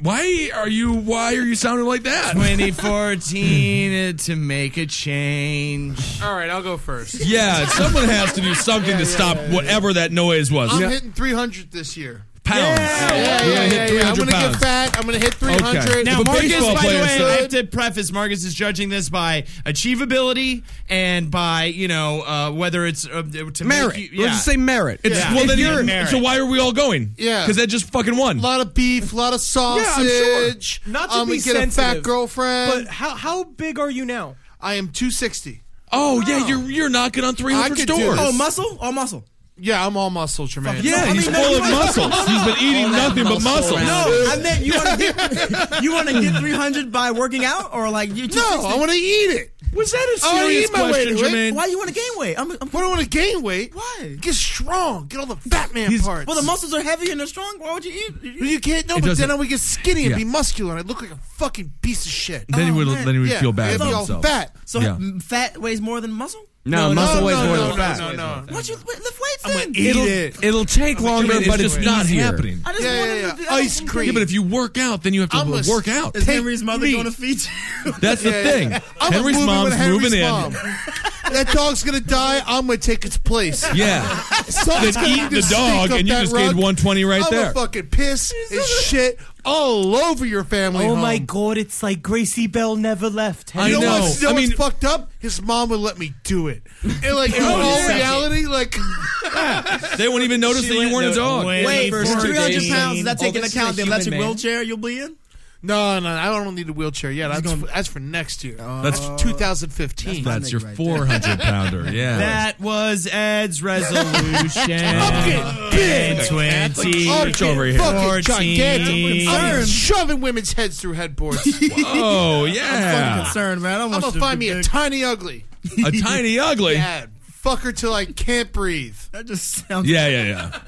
Speaker 7: Why are you? Why are you sounding like that?
Speaker 1: 2014 uh, to make a change.
Speaker 10: All right, I'll go first.
Speaker 7: Yeah, someone has to do something to stop whatever that noise was.
Speaker 10: I'm
Speaker 7: Yeah.
Speaker 10: hitting 300 this year.
Speaker 7: Pounds.
Speaker 10: Yeah, yeah,
Speaker 7: You're
Speaker 10: yeah,
Speaker 7: gonna hit
Speaker 10: yeah,
Speaker 7: 300
Speaker 10: I'm gonna
Speaker 7: pounds.
Speaker 10: get fat. I'm gonna hit 300.
Speaker 7: Okay.
Speaker 1: Now,
Speaker 7: If a
Speaker 1: Marcus,
Speaker 7: baseball
Speaker 1: by the
Speaker 7: player
Speaker 1: way, I have
Speaker 7: said-
Speaker 1: to preface Marcus is judging this by achievability and by, you know, uh, whether it's uh, to
Speaker 3: Merit.
Speaker 1: Make you,
Speaker 3: Let's
Speaker 1: yeah.
Speaker 3: just say merit.
Speaker 7: It's
Speaker 1: Yeah.
Speaker 7: well
Speaker 1: If
Speaker 7: then.
Speaker 1: you're-
Speaker 7: you-
Speaker 1: merit.
Speaker 7: So why are we all going?
Speaker 10: Yeah.
Speaker 7: because that just fucking won.
Speaker 10: A lot of beef, a lot of sausage.
Speaker 9: Not to
Speaker 10: I'm
Speaker 9: be
Speaker 10: gonna get a fat
Speaker 9: sensitive,
Speaker 10: girlfriend.
Speaker 9: But how how big are you now?
Speaker 10: I am 260.
Speaker 7: Oh yeah, you're you're knocking on
Speaker 10: I
Speaker 7: 300
Speaker 10: could do
Speaker 7: doors.
Speaker 10: this.
Speaker 15: Oh, muscle? Oh, muscle.
Speaker 10: Yeah, I'm all muscle, Jermaine.
Speaker 7: yeah,
Speaker 15: I mean,
Speaker 7: he's
Speaker 15: no,
Speaker 7: full
Speaker 15: you
Speaker 7: of
Speaker 15: are-
Speaker 7: muscles. He's been eating nothing but muscles.
Speaker 15: No, I meant you want to get you want to get 300 by working out or like you.
Speaker 10: No, I want to eat it.
Speaker 7: Was that a
Speaker 10: I wanna
Speaker 7: serious
Speaker 10: eat my way to
Speaker 7: question,
Speaker 10: it.
Speaker 7: Jermaine?
Speaker 15: Why do you want to gain weight? I'm, I'm
Speaker 10: I don't want to gain weight.
Speaker 15: why?
Speaker 10: Get strong. Get all the fat man parts.
Speaker 15: Well, the muscles are heavy and they're strong. Why would you eat?
Speaker 10: You can't. No,
Speaker 7: It
Speaker 10: but
Speaker 7: doesn't-
Speaker 10: then I would get skinny and
Speaker 7: Yeah.
Speaker 10: be muscular, and I would look like a fucking piece of shit. Oh,
Speaker 7: Then he would.
Speaker 15: man.
Speaker 7: Then he would
Speaker 10: yeah,
Speaker 7: feel bad
Speaker 10: I'd be
Speaker 7: about
Speaker 10: all
Speaker 7: himself.
Speaker 10: fat.
Speaker 15: So
Speaker 7: Yeah.
Speaker 15: m- fat weighs more than muscle.
Speaker 3: No, muscle weighs more than fat.
Speaker 10: No, no,
Speaker 15: Why don't you lift weights then?
Speaker 3: it'll, it'll take longer,
Speaker 7: it's
Speaker 3: but
Speaker 7: just
Speaker 3: it's
Speaker 7: not
Speaker 3: easier.
Speaker 7: happening.
Speaker 15: I just
Speaker 10: Yeah,
Speaker 15: wanted
Speaker 10: yeah,
Speaker 15: to.
Speaker 10: yeah.
Speaker 15: I
Speaker 10: Ice
Speaker 15: don't-
Speaker 10: cream.
Speaker 7: Yeah, but if you work out, then you have to
Speaker 10: I'm a-
Speaker 7: work out.
Speaker 15: Is Henry's mother
Speaker 10: meat.
Speaker 15: going to feed you?
Speaker 7: That's the thing.
Speaker 10: I'm
Speaker 7: Henry's
Speaker 10: moving
Speaker 7: mom's
Speaker 10: with Henry's
Speaker 7: moving
Speaker 10: mom.
Speaker 7: in.
Speaker 10: that dog's gonna die. I'm gonna take its place.
Speaker 7: Yeah.
Speaker 10: Someone's
Speaker 7: Then
Speaker 10: gonna
Speaker 7: eat
Speaker 10: need
Speaker 7: the
Speaker 10: to stink
Speaker 7: dog,
Speaker 10: up
Speaker 7: and you
Speaker 10: that
Speaker 7: just gained
Speaker 10: rug.
Speaker 7: 120 right
Speaker 10: I'm
Speaker 7: there.
Speaker 10: A fucking piss and shit all over your family.
Speaker 15: Oh
Speaker 10: home.
Speaker 9: god, it's like Gracie Bell never left.
Speaker 7: I
Speaker 10: You know,
Speaker 7: know.
Speaker 10: what's, you know
Speaker 7: I
Speaker 10: what's
Speaker 7: mean- Oh,
Speaker 10: fucked up? His mom would let me do it. And like in all reality, like
Speaker 7: They won't even notice that you weren't a dog.
Speaker 15: Wait, for 300
Speaker 1: days.
Speaker 15: pounds, does that take
Speaker 11: Oh,
Speaker 15: into
Speaker 11: this is a
Speaker 15: account the
Speaker 11: human
Speaker 15: electric
Speaker 11: man.
Speaker 15: wheelchair you'll be in?
Speaker 10: no, no, I don't need a wheelchair yet. That's, for, that's for next year.
Speaker 7: That's- Uh,
Speaker 10: that's 2015.
Speaker 7: That's your
Speaker 15: right
Speaker 7: 400 pounder. Yeah.
Speaker 1: That was Ed's resolution.
Speaker 7: Oh,
Speaker 10: big.
Speaker 1: in
Speaker 7: Arch over here.
Speaker 1: 2014.
Speaker 10: Fucking gigantic. I'm shoving women's heads through headboards.
Speaker 7: Oh
Speaker 15: I'm
Speaker 7: yeah.
Speaker 15: concerned, man. I
Speaker 10: I'm
Speaker 15: want
Speaker 10: gonna
Speaker 15: you to
Speaker 10: find
Speaker 15: be
Speaker 10: me a
Speaker 15: big.
Speaker 10: tiny ugly.
Speaker 7: A tiny ugly. Yeah,
Speaker 10: Dad. Fuck her till I can't breathe.
Speaker 15: That just sounds.
Speaker 7: yeah, yeah.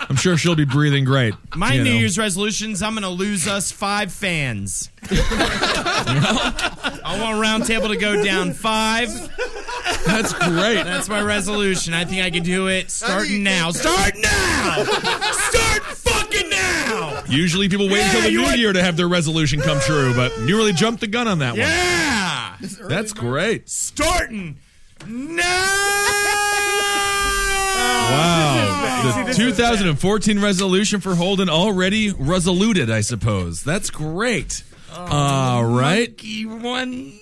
Speaker 7: I'm sure she'll be breathing great.
Speaker 1: My
Speaker 7: you
Speaker 1: New
Speaker 7: know.
Speaker 1: Year's resolutions: I'm going to lose us five fans. I want Roundtable to go down five.
Speaker 7: That's great.
Speaker 1: That's my resolution. I think I can do it. Starting now. Start now. Start fucking now.
Speaker 7: Usually people wait until the new year to have their resolution come true, but you really jumped the gun on that
Speaker 1: Yeah.
Speaker 7: one. That's great.
Speaker 1: Starting now.
Speaker 7: Wow. The 2014 resolution for Holden already resoluted, I suppose. That's great. All right.
Speaker 1: Oh, One day.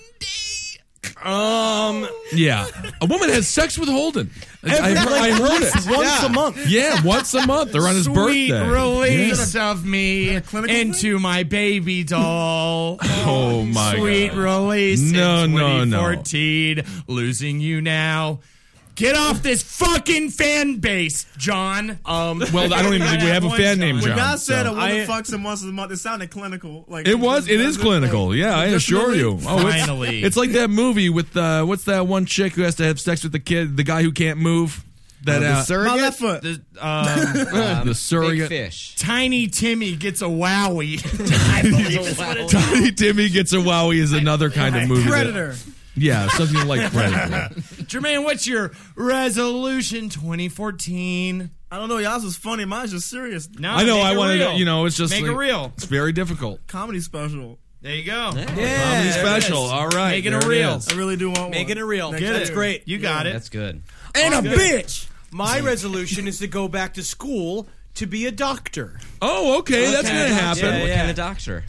Speaker 7: Um, yeah. A woman has sex with Holden. I,
Speaker 17: Every-
Speaker 7: I
Speaker 17: like,
Speaker 7: heard
Speaker 17: once-
Speaker 7: it
Speaker 17: once
Speaker 7: yeah.
Speaker 17: a month.
Speaker 7: Yeah, once a month around his
Speaker 1: Sweet
Speaker 7: birthday.
Speaker 1: release
Speaker 7: Yeah.
Speaker 1: of me into my baby doll.
Speaker 7: Oh my
Speaker 1: Sweet
Speaker 7: God.
Speaker 1: release.
Speaker 7: No,
Speaker 1: in
Speaker 7: no, no.
Speaker 1: 2014. Losing you now. Get off this fucking fan base, John. Um.
Speaker 7: well, I don't even think we have a fan name,
Speaker 10: When
Speaker 7: John.
Speaker 10: God said
Speaker 7: so-
Speaker 10: a woman fucks him once a month, it sounded clinical. Like
Speaker 7: It was. It is clinical. Yeah, I assure you. Oh, it's-
Speaker 10: Finally.
Speaker 7: it's, like that movie with uh, what's that one chick who has to have sex with the kid, the guy who can't move. That uh,
Speaker 10: My left foot.
Speaker 7: the surrogate.
Speaker 1: Tiny Timmy gets a wowie. I believe is what it is.
Speaker 7: Tiny Timmy gets a wowie is another kind of movie. that-
Speaker 1: Predator.
Speaker 7: yeah, something like Predator.
Speaker 1: Jermaine, what's your resolution 2014?
Speaker 10: I don't know. Y'all's was funny. Mine's just serious.
Speaker 1: No,
Speaker 7: I know.
Speaker 1: make
Speaker 7: I
Speaker 1: it
Speaker 7: wanted.
Speaker 1: real.
Speaker 7: to, You know, it's just
Speaker 1: make it
Speaker 7: like-
Speaker 1: real.
Speaker 7: It's very difficult.
Speaker 10: comedy special.
Speaker 1: There you go.
Speaker 7: Comedy special. All right,
Speaker 1: Make it
Speaker 7: there
Speaker 1: a real.
Speaker 7: is.
Speaker 10: I really do want
Speaker 1: Make
Speaker 10: one.
Speaker 1: it a real.
Speaker 10: Next
Speaker 1: Get
Speaker 10: year.
Speaker 1: it. great. You got it.
Speaker 3: That's good.
Speaker 9: And a
Speaker 1: Good.
Speaker 9: bitch. My resolution is to go back to school to be a doctor.
Speaker 7: Oh, okay, that's
Speaker 9: Okay.
Speaker 7: gonna happen.
Speaker 9: Yeah,
Speaker 3: what
Speaker 9: yeah.
Speaker 3: kind of doctor?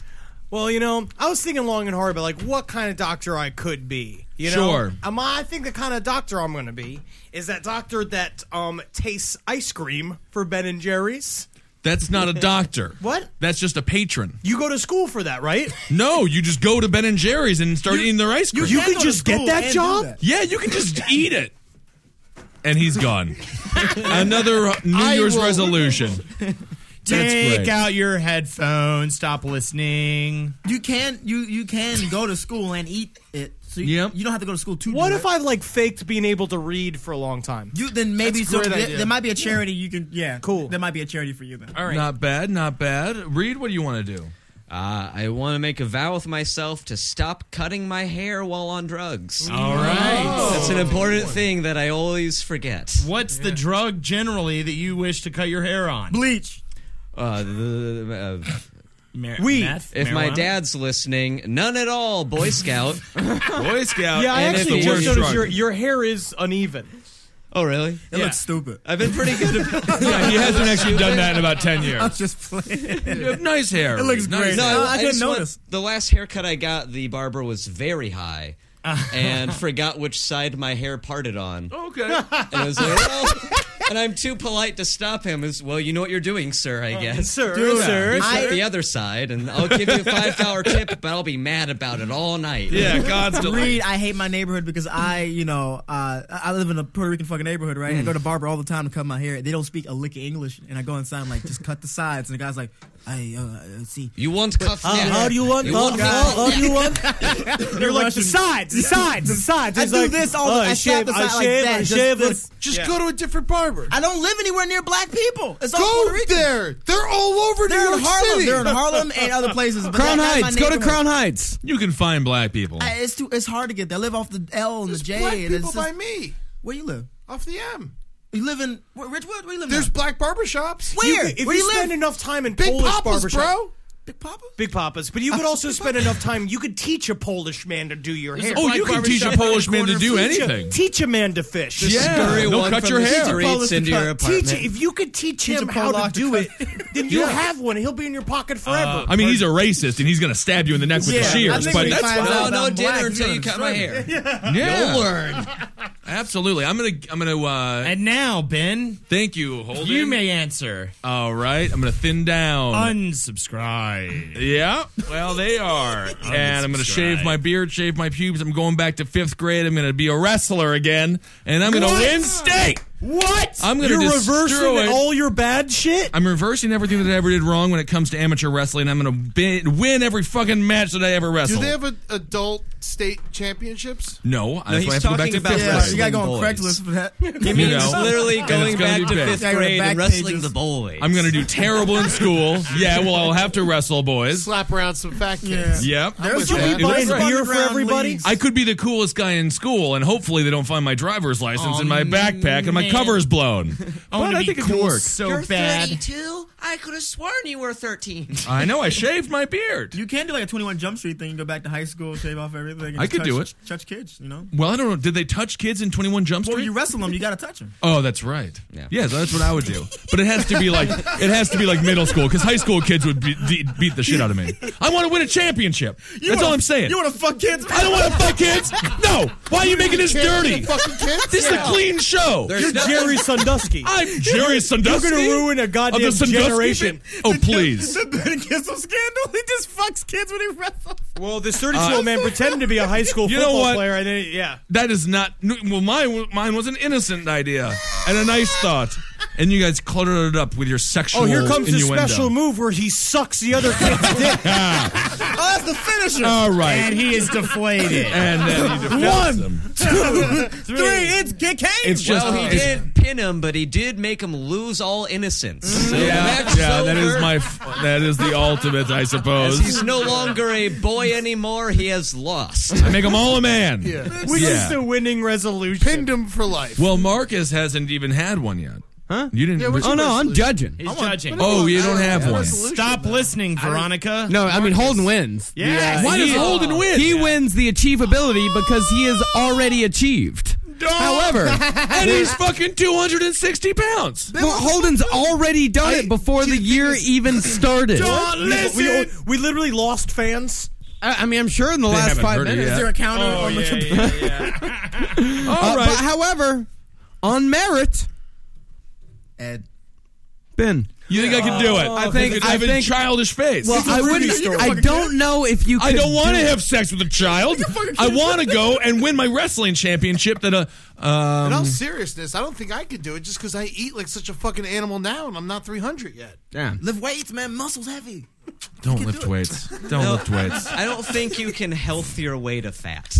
Speaker 9: Well, you know, I was thinking long and hard about like what kind of doctor I could be. You know,
Speaker 7: Sure.
Speaker 9: Um, I think the kind of doctor I'm going to be is that doctor that um tastes ice cream for Ben and Jerry's.
Speaker 7: That's not a doctor.
Speaker 9: What?
Speaker 7: That's just a patron.
Speaker 9: You go to school for that, right?
Speaker 7: No, you just go to Ben and Jerry's and start eating their ice cream.
Speaker 9: you can just get that job?
Speaker 7: Yeah, you can just eat it. And he's gone. Another New
Speaker 1: I
Speaker 7: Year's
Speaker 1: will-
Speaker 7: resolution. That's
Speaker 1: Take
Speaker 7: great.
Speaker 1: out your headphones. Stop listening.
Speaker 10: You can you you can go to school and eat it. So you, you don't have to go to school to.
Speaker 9: What
Speaker 10: do
Speaker 9: if
Speaker 10: it.
Speaker 9: I've like faked being able to read for a long time?
Speaker 10: You then maybe
Speaker 9: That's a
Speaker 10: so
Speaker 9: great
Speaker 10: there,
Speaker 9: idea.
Speaker 10: there might be a charity you can. Yeah,
Speaker 9: cool.
Speaker 10: There might be a charity for you then.
Speaker 3: All right.
Speaker 7: Not bad, not bad. Reed, what do you want to do?
Speaker 3: Uh, I want to make a vow with myself to stop cutting my hair while on drugs.
Speaker 1: All right.
Speaker 3: That's an important thing that I always forget.
Speaker 1: What's the drug generally that you wish to cut your hair on?
Speaker 10: Bleach.
Speaker 3: Uh, the, uh,
Speaker 1: Mar-
Speaker 3: weed.
Speaker 1: meth?
Speaker 3: if my
Speaker 1: Marijuana?
Speaker 3: dad's listening, none at all, Boy Scout.
Speaker 7: Boy Scout.
Speaker 9: Yeah, I
Speaker 3: And if
Speaker 9: actually
Speaker 3: the
Speaker 9: just
Speaker 3: word
Speaker 9: noticed
Speaker 3: drug-
Speaker 9: your your hair is uneven.
Speaker 3: Oh, really?
Speaker 10: It looks stupid.
Speaker 3: I've been pretty good. At-
Speaker 7: Yeah, he hasn't actually done that in about 10
Speaker 10: I'm
Speaker 7: years.
Speaker 10: just playing.
Speaker 7: You have nice hair.
Speaker 10: It looks
Speaker 7: Reed. Nice
Speaker 10: great.
Speaker 3: No,
Speaker 7: hair.
Speaker 10: I- I didn't
Speaker 3: just want-
Speaker 10: notice.
Speaker 3: the last haircut I got, the barber was very high and forgot which side my hair parted on.
Speaker 7: Okay.
Speaker 3: And I was like, well, and I'm too polite to stop him. Is well, you know what you're doing, sir.
Speaker 10: Oh,
Speaker 3: I guess,
Speaker 9: sir,
Speaker 3: Dude,
Speaker 9: sir,
Speaker 3: You cut
Speaker 9: sir.
Speaker 3: the other side, and I'll give you a five dollar tip, but I'll be mad about it all night.
Speaker 7: Yeah, constantly.
Speaker 10: Reed, I hate my neighborhood because I, you know, uh, I live in a Puerto Rican fucking neighborhood, right?
Speaker 9: Mm.
Speaker 10: I go to barber all the time to cut my hair. They don't speak a lick of English, and I go inside, I'm like, just cut the sides, and the guy's like, I uh, uh, see.
Speaker 3: You want cuff?
Speaker 10: Uh,
Speaker 3: neck.
Speaker 10: how do you want-
Speaker 3: You
Speaker 10: how-
Speaker 3: want
Speaker 10: how-
Speaker 3: cuff
Speaker 10: how do you
Speaker 3: neck.
Speaker 10: want-
Speaker 9: You're like the sides, the sides, the sides.
Speaker 10: I
Speaker 9: It's
Speaker 10: do
Speaker 9: like,
Speaker 10: this all the-
Speaker 9: oh,
Speaker 10: I slap
Speaker 9: shave,
Speaker 10: the
Speaker 9: I
Speaker 10: side like
Speaker 9: shave,
Speaker 10: that,
Speaker 9: I
Speaker 10: just
Speaker 9: shave
Speaker 10: this.
Speaker 9: this.
Speaker 18: Just go to a different barber.
Speaker 10: I don't live anywhere near black people. It's all
Speaker 18: Go
Speaker 10: Puerto Rican.
Speaker 18: there. They're all over
Speaker 10: They're
Speaker 18: New
Speaker 10: in
Speaker 18: York
Speaker 10: Harlem.
Speaker 18: City.
Speaker 10: They're in Harlem and other places. but
Speaker 19: Crown
Speaker 10: that's not my
Speaker 19: Heights. Go to
Speaker 10: neighborhood.
Speaker 19: Crown Heights.
Speaker 7: You can find black people.
Speaker 10: I, it's too. It's hard to get. there. I live off the L and the J.
Speaker 18: Black
Speaker 10: and it's
Speaker 18: people
Speaker 10: just-
Speaker 18: by me.
Speaker 10: Where you live?
Speaker 18: Off the M.
Speaker 10: You live in what, Richwood? Where you live?
Speaker 18: There's
Speaker 10: now?
Speaker 18: black barbershops.
Speaker 10: Where?
Speaker 9: If
Speaker 10: Where
Speaker 9: you,
Speaker 10: you
Speaker 9: spend
Speaker 10: live?
Speaker 9: enough time in
Speaker 18: Big
Speaker 9: Polish
Speaker 18: Papa's,
Speaker 9: barbershop-
Speaker 18: bro.
Speaker 10: Big Papa.
Speaker 9: Big Papas, but you could also spend enough time. You could teach a Polish man to do your hair.
Speaker 7: oh, you can teach a Polish man to do
Speaker 9: Teach a-
Speaker 7: anything.
Speaker 9: Teach a man to fish.
Speaker 7: Yeah,
Speaker 3: Scurry
Speaker 7: they'll
Speaker 3: one
Speaker 7: cut
Speaker 3: from
Speaker 7: your
Speaker 3: the
Speaker 7: hair.
Speaker 3: streets into your apartment.
Speaker 9: Teach if you could teach him
Speaker 10: a
Speaker 9: how to
Speaker 10: Polak to
Speaker 9: do it, then you
Speaker 7: Yeah.
Speaker 9: have one. He'll be in your pocket forever.
Speaker 7: I mean, he's a racist and he's going to stab you in the neck with
Speaker 10: Yeah,
Speaker 7: the
Speaker 10: I
Speaker 7: shears,
Speaker 10: think
Speaker 7: but
Speaker 10: we
Speaker 7: that's
Speaker 10: find
Speaker 7: fine.
Speaker 10: out
Speaker 3: No, no
Speaker 10: I'm black,
Speaker 3: dinner until
Speaker 10: you're
Speaker 3: you cut my hair.
Speaker 7: Yeah.
Speaker 3: You'll learn.
Speaker 7: Absolutely. I'm going to I'm going to uh
Speaker 1: And now, Ben,
Speaker 7: thank you. Hold
Speaker 1: you may answer.
Speaker 7: All right. I'm going to thin down.
Speaker 1: Unsubscribe.
Speaker 7: Yeah, well, they are. and I'm going to shave my beard, shave my pubes. I'm going back to fifth grade. I'm going to be a wrestler again, and I'm going to
Speaker 9: What?
Speaker 7: win state.
Speaker 9: what?
Speaker 7: I'm gonna
Speaker 9: You're
Speaker 7: destroy
Speaker 9: reversing
Speaker 7: it.
Speaker 9: all your bad shit.
Speaker 7: I'm reversing everything that I ever did wrong when it comes to amateur wrestling. I'm going to win every fucking match that I ever
Speaker 18: Do
Speaker 7: wrestled.
Speaker 18: they
Speaker 10: Oh.
Speaker 18: have a, adult state championships?
Speaker 7: no, that's why I
Speaker 3: he's
Speaker 7: have to go back
Speaker 3: talking
Speaker 7: to
Speaker 3: about
Speaker 7: fifth
Speaker 10: Yeah,
Speaker 7: grade.
Speaker 10: you gotta go on
Speaker 3: Boys.
Speaker 10: Craigslist for that.
Speaker 3: It
Speaker 7: You
Speaker 3: means
Speaker 7: know?
Speaker 3: literally
Speaker 7: And
Speaker 3: going
Speaker 7: it's gonna
Speaker 3: back
Speaker 7: be
Speaker 3: to
Speaker 7: bad.
Speaker 3: fifth
Speaker 10: Yeah, go to
Speaker 3: grade
Speaker 10: back
Speaker 3: and wrestling
Speaker 10: pages.
Speaker 3: the boys.
Speaker 7: I'm going to do terrible in school. Yeah, well, I'll have to wrestle, boys.
Speaker 18: Slap around some fat
Speaker 10: Yeah.
Speaker 18: kids.
Speaker 7: Yep.
Speaker 10: There's
Speaker 7: I'm with
Speaker 10: people
Speaker 7: that.
Speaker 9: buying
Speaker 7: Right.
Speaker 9: beer for
Speaker 10: Underground
Speaker 9: everybody.
Speaker 10: leagues.
Speaker 7: I could be the coolest guy in school, and hopefully they don't find my driver's license
Speaker 1: Aw,
Speaker 7: in my backpack and my
Speaker 1: man.
Speaker 7: cover is blown.
Speaker 1: I want
Speaker 7: but
Speaker 1: to
Speaker 7: I
Speaker 1: be
Speaker 7: think it
Speaker 1: cool
Speaker 7: could work.
Speaker 1: so bad.
Speaker 10: I
Speaker 11: I could have sworn you were 13.
Speaker 7: I know. I shaved my beard.
Speaker 15: You can do like a 21 Jump Street thing. Go back to high school, shave off everything. and
Speaker 7: I
Speaker 15: just
Speaker 7: could do
Speaker 15: touch-
Speaker 7: it.
Speaker 15: Touch kids, you know.
Speaker 7: Well, I don't know. Did they touch kids in 21 Jump Street?
Speaker 15: Well, you wrestle them. You gotta touch them.
Speaker 7: Oh, that's right. Yeah. Yes, that's what I would do. But it has to be like it has to be like middle school because high school kids would be, de- beat the shit out of me. I want to win a championship. that's all I'm saying.
Speaker 15: You want to fuck kids?
Speaker 7: I don't want to fuck kids. No. Why are you making this dirty? This is a clean show.
Speaker 9: You're Jerry Sandusky.
Speaker 7: I'm Jerry Sandusky.
Speaker 9: You're gonna ruin a
Speaker 7: Of the
Speaker 9: goddamn
Speaker 7: Sandusky
Speaker 9: generation.
Speaker 7: bit? Oh please.
Speaker 15: The Ben Kissel scandal. He just fucks kids when he wrestles.
Speaker 9: Well, this 32 year old Oh, man pretended to be a high school
Speaker 7: You know
Speaker 9: football
Speaker 7: what?
Speaker 9: player, and then yeah,
Speaker 7: Uh, That is not. Well, my mine was an innocent idea and a nice thought, and you guys cluttered it up with your sexual.
Speaker 9: Oh, here comes the
Speaker 7: innuendo.
Speaker 9: special move where he sucks the other kid's dick.
Speaker 15: Oh, that's the finisher.
Speaker 7: All right.
Speaker 1: And he is deflated.
Speaker 7: And then he defends
Speaker 9: One,
Speaker 7: them.
Speaker 15: two, three. It's Kane.
Speaker 7: It's just-
Speaker 3: Oh,
Speaker 11: well, he
Speaker 7: it's-
Speaker 11: did pin him, but he did make him lose all innocence.
Speaker 3: Mm.
Speaker 11: So
Speaker 7: Yeah,
Speaker 11: the match's
Speaker 7: yeah, that
Speaker 11: over.
Speaker 7: is my. f- That is the ultimate, I
Speaker 11: As
Speaker 7: suppose.
Speaker 11: he's no longer a boy anymore. He has lost.
Speaker 7: I make them all a man.
Speaker 9: Which
Speaker 7: Yeah.
Speaker 9: is the winning resolution? Pinned
Speaker 10: him for life.
Speaker 7: Well, Marcus hasn't even had one yet. Huh? You didn't.
Speaker 1: Yeah, what's
Speaker 3: Oh, no, I'm judging.
Speaker 1: He's judging.
Speaker 7: Oh, you don't have one.
Speaker 1: Stop listening, Veronica.
Speaker 3: No, I mean Holden wins.
Speaker 1: Yes.
Speaker 3: Why does
Speaker 1: He-
Speaker 3: Holden win? He wins the achievability because he is already achieved. However,
Speaker 7: and he's fucking 260 pounds.
Speaker 3: well, Holden's already done it before the year even started.
Speaker 9: We- We, we literally lost fans.
Speaker 3: I, I mean, I'm sure in the last five minutes
Speaker 15: Is there a counter
Speaker 7: Oh,
Speaker 15: on the computer?
Speaker 3: Uh, but however, on merit,
Speaker 15: Ed.
Speaker 3: Ben.
Speaker 7: You think I can do it?
Speaker 3: I think
Speaker 7: I
Speaker 3: I
Speaker 7: have a
Speaker 3: think
Speaker 7: childish face.
Speaker 3: Well, I wouldn't. I don't know if you.
Speaker 7: I
Speaker 3: could
Speaker 7: don't want
Speaker 3: do
Speaker 7: to
Speaker 3: it.
Speaker 7: have sex with a child. I want to go and win my wrestling championship. That uh,
Speaker 10: In all
Speaker 7: um,
Speaker 10: seriousness, I don't think I could do it just because I eat like such a fucking animal now, and I'm not 300 yet.
Speaker 7: damn.
Speaker 15: Lift weights, man. Muscles heavy.
Speaker 7: Don't lift weights. Don't
Speaker 11: No,
Speaker 7: lift weights.
Speaker 11: I don't think you can health your way to fat.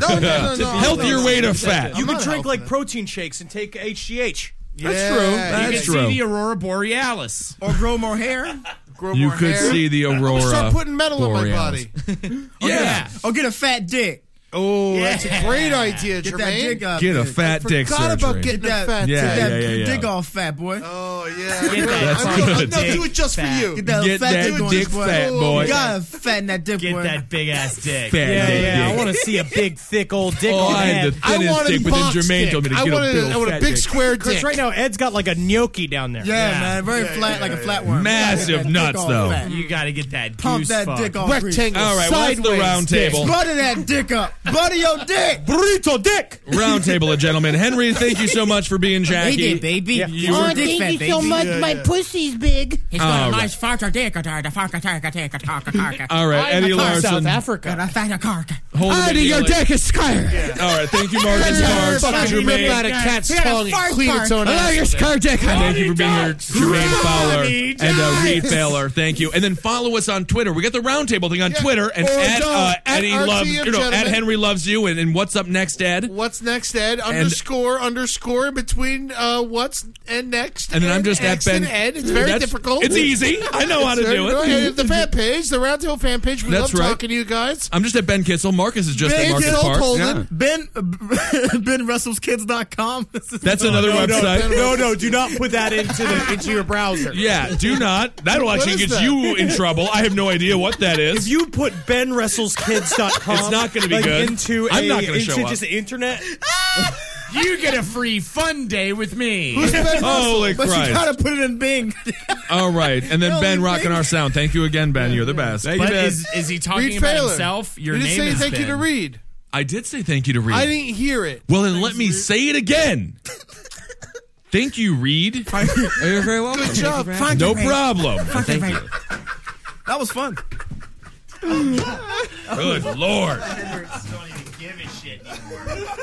Speaker 10: No, no,
Speaker 11: no, no.
Speaker 7: Healthier way to fat.
Speaker 9: You could drink like protein shakes and take HGH.
Speaker 10: Yeah. true.
Speaker 1: you
Speaker 7: That's
Speaker 1: can
Speaker 7: true.
Speaker 1: see the aurora borealis.
Speaker 15: Or grow more hair.
Speaker 10: Grow
Speaker 7: You
Speaker 10: more
Speaker 7: could
Speaker 10: hair.
Speaker 7: see the
Speaker 10: I'm gonna
Speaker 7: aurora.
Speaker 10: Start putting metal in my
Speaker 7: borealis.
Speaker 10: body.
Speaker 7: Yeah.
Speaker 15: Or get a fat dick.
Speaker 10: Oh, that's
Speaker 15: Yeah.
Speaker 10: a great idea,
Speaker 15: Get that dick
Speaker 10: Jermaine.
Speaker 15: up.
Speaker 7: Get a
Speaker 15: there.
Speaker 7: fat dick
Speaker 10: Forgot
Speaker 7: surgery.
Speaker 10: about getting
Speaker 15: Get
Speaker 10: a fat
Speaker 15: that,
Speaker 10: dick.
Speaker 7: Yeah,
Speaker 15: get that
Speaker 7: yeah, yeah, yeah.
Speaker 15: dick off, fat boy.
Speaker 10: Oh yeah.
Speaker 15: Get that
Speaker 7: That's
Speaker 10: I'm gonna-
Speaker 7: good.
Speaker 10: No, do it just for
Speaker 1: Fat.
Speaker 10: you.
Speaker 15: Get that
Speaker 7: Get
Speaker 15: fat
Speaker 7: that
Speaker 15: dick, on
Speaker 7: dick
Speaker 15: this boy.
Speaker 7: fat, boy.
Speaker 15: You gotta Uh, fatten that dick
Speaker 1: Get
Speaker 15: boy.
Speaker 1: that big ass dick.
Speaker 7: Fat
Speaker 9: Yeah,
Speaker 7: dick.
Speaker 9: yeah. I want to see a big, thick old dick.
Speaker 7: Oh,
Speaker 9: on
Speaker 7: I had
Speaker 9: Ed.
Speaker 7: the thinnest dick, but then Jermaine told me to get a big
Speaker 10: I
Speaker 7: old
Speaker 10: want a
Speaker 7: fat
Speaker 10: big
Speaker 7: dick.
Speaker 10: square dick.
Speaker 9: Because right now Ed's got like a gnocchi down there.
Speaker 15: yeah, man. Very flat, like a flatworm.
Speaker 7: Massive
Speaker 15: Get that dick
Speaker 7: nuts,
Speaker 15: all
Speaker 7: though.
Speaker 15: fat.
Speaker 1: You got to get that
Speaker 15: Pump
Speaker 1: goose
Speaker 15: that
Speaker 1: fuck.
Speaker 15: dick off.
Speaker 10: Rectangle.
Speaker 7: All right, well, that's the
Speaker 10: sideways
Speaker 7: round
Speaker 10: dick.
Speaker 7: table.
Speaker 15: Butter that dick up. Butter your dick.
Speaker 9: Burrito dick.
Speaker 7: Round table of gentlemen. Henry, thank you so much for being Jackie.
Speaker 15: baby.
Speaker 9: Yeah.
Speaker 15: You were dick fat, baby.
Speaker 20: My pussy's big.
Speaker 15: He's
Speaker 7: got a
Speaker 15: got
Speaker 7: All
Speaker 15: a
Speaker 7: right.
Speaker 15: nice
Speaker 7: nice
Speaker 15: farter dick. All
Speaker 7: All right, Eddie Larson.
Speaker 15: Got a fat cock.
Speaker 7: Hold it
Speaker 3: Hiding your
Speaker 7: again.
Speaker 3: dick is square.
Speaker 7: All right, thank you, Marcus Marks. Jermaine.
Speaker 10: cat's
Speaker 15: He had a fart fart.
Speaker 3: Allow your square dick.
Speaker 7: Thank you for being here, Jermaine Fowler
Speaker 1: Johnny
Speaker 7: and uh, Reed Fowler. Thank you, and then follow us on Twitter. We got the roundtable thing on
Speaker 10: Yeah.
Speaker 7: Twitter and
Speaker 10: Or
Speaker 7: at,
Speaker 10: don't.
Speaker 7: uh,
Speaker 10: At
Speaker 7: Eddie
Speaker 10: RTM,
Speaker 7: loves you know, at
Speaker 10: gentlemen.
Speaker 7: Henry loves you and, and what's up next, Ed?
Speaker 10: What's next, Ed? Underscore underscore in between uh, what's and next.
Speaker 7: And then I'm just
Speaker 10: X
Speaker 7: at Ben.
Speaker 10: and Ed. It's very
Speaker 7: That's-
Speaker 10: difficult.
Speaker 7: It's easy. I know how to
Speaker 10: Sorry,
Speaker 7: do
Speaker 10: go ahead.
Speaker 7: it.
Speaker 10: The fan page, the Roundtable fan page. We
Speaker 7: That's
Speaker 10: love
Speaker 7: right.
Speaker 10: talking to you guys.
Speaker 7: I'm just at Ben Kissel. Marcus is just at
Speaker 10: Ben
Speaker 7: Marcus
Speaker 10: Kissel,
Speaker 7: Parks.
Speaker 10: Colton.
Speaker 7: Yeah.
Speaker 15: Ben Ben Russell's kids.com.
Speaker 7: That's another website.
Speaker 9: No, no, do not put that into the into your browser.
Speaker 7: Yeah, do not. That'll
Speaker 10: What
Speaker 7: actually
Speaker 10: is
Speaker 7: get
Speaker 10: that?
Speaker 7: you in trouble. I have no idea what that
Speaker 9: If
Speaker 7: is.
Speaker 9: you put benwrestleskids.com
Speaker 7: It's not gonna be
Speaker 9: like,
Speaker 7: good.
Speaker 9: into
Speaker 7: I'm
Speaker 9: a,
Speaker 7: not gonna
Speaker 9: into
Speaker 7: show up.
Speaker 9: just the internet,
Speaker 1: You get a free fun day with me.
Speaker 7: Holy
Speaker 15: But
Speaker 7: Christ.
Speaker 15: you gotta put it in Bing.
Speaker 7: All right, and then
Speaker 15: No,
Speaker 7: Ben
Speaker 15: we
Speaker 7: rocking
Speaker 15: think-
Speaker 7: our sound. Thank you again, Ben. You're the best.
Speaker 1: But is, is he talking
Speaker 10: Reed
Speaker 1: about
Speaker 10: Fowler.
Speaker 1: himself? Your
Speaker 10: you
Speaker 1: name
Speaker 10: didn't say
Speaker 1: is
Speaker 10: thank you
Speaker 1: Ben.
Speaker 10: to Reed.
Speaker 7: I did say thank you to Reed.
Speaker 10: I didn't hear it.
Speaker 7: well, then let me say it again. thank you, Reed.
Speaker 3: You're very welcome.
Speaker 10: Good job.
Speaker 7: No problem.
Speaker 15: Thank you. That was fun.
Speaker 7: Good lord.
Speaker 1: Don't even give a shit anymore.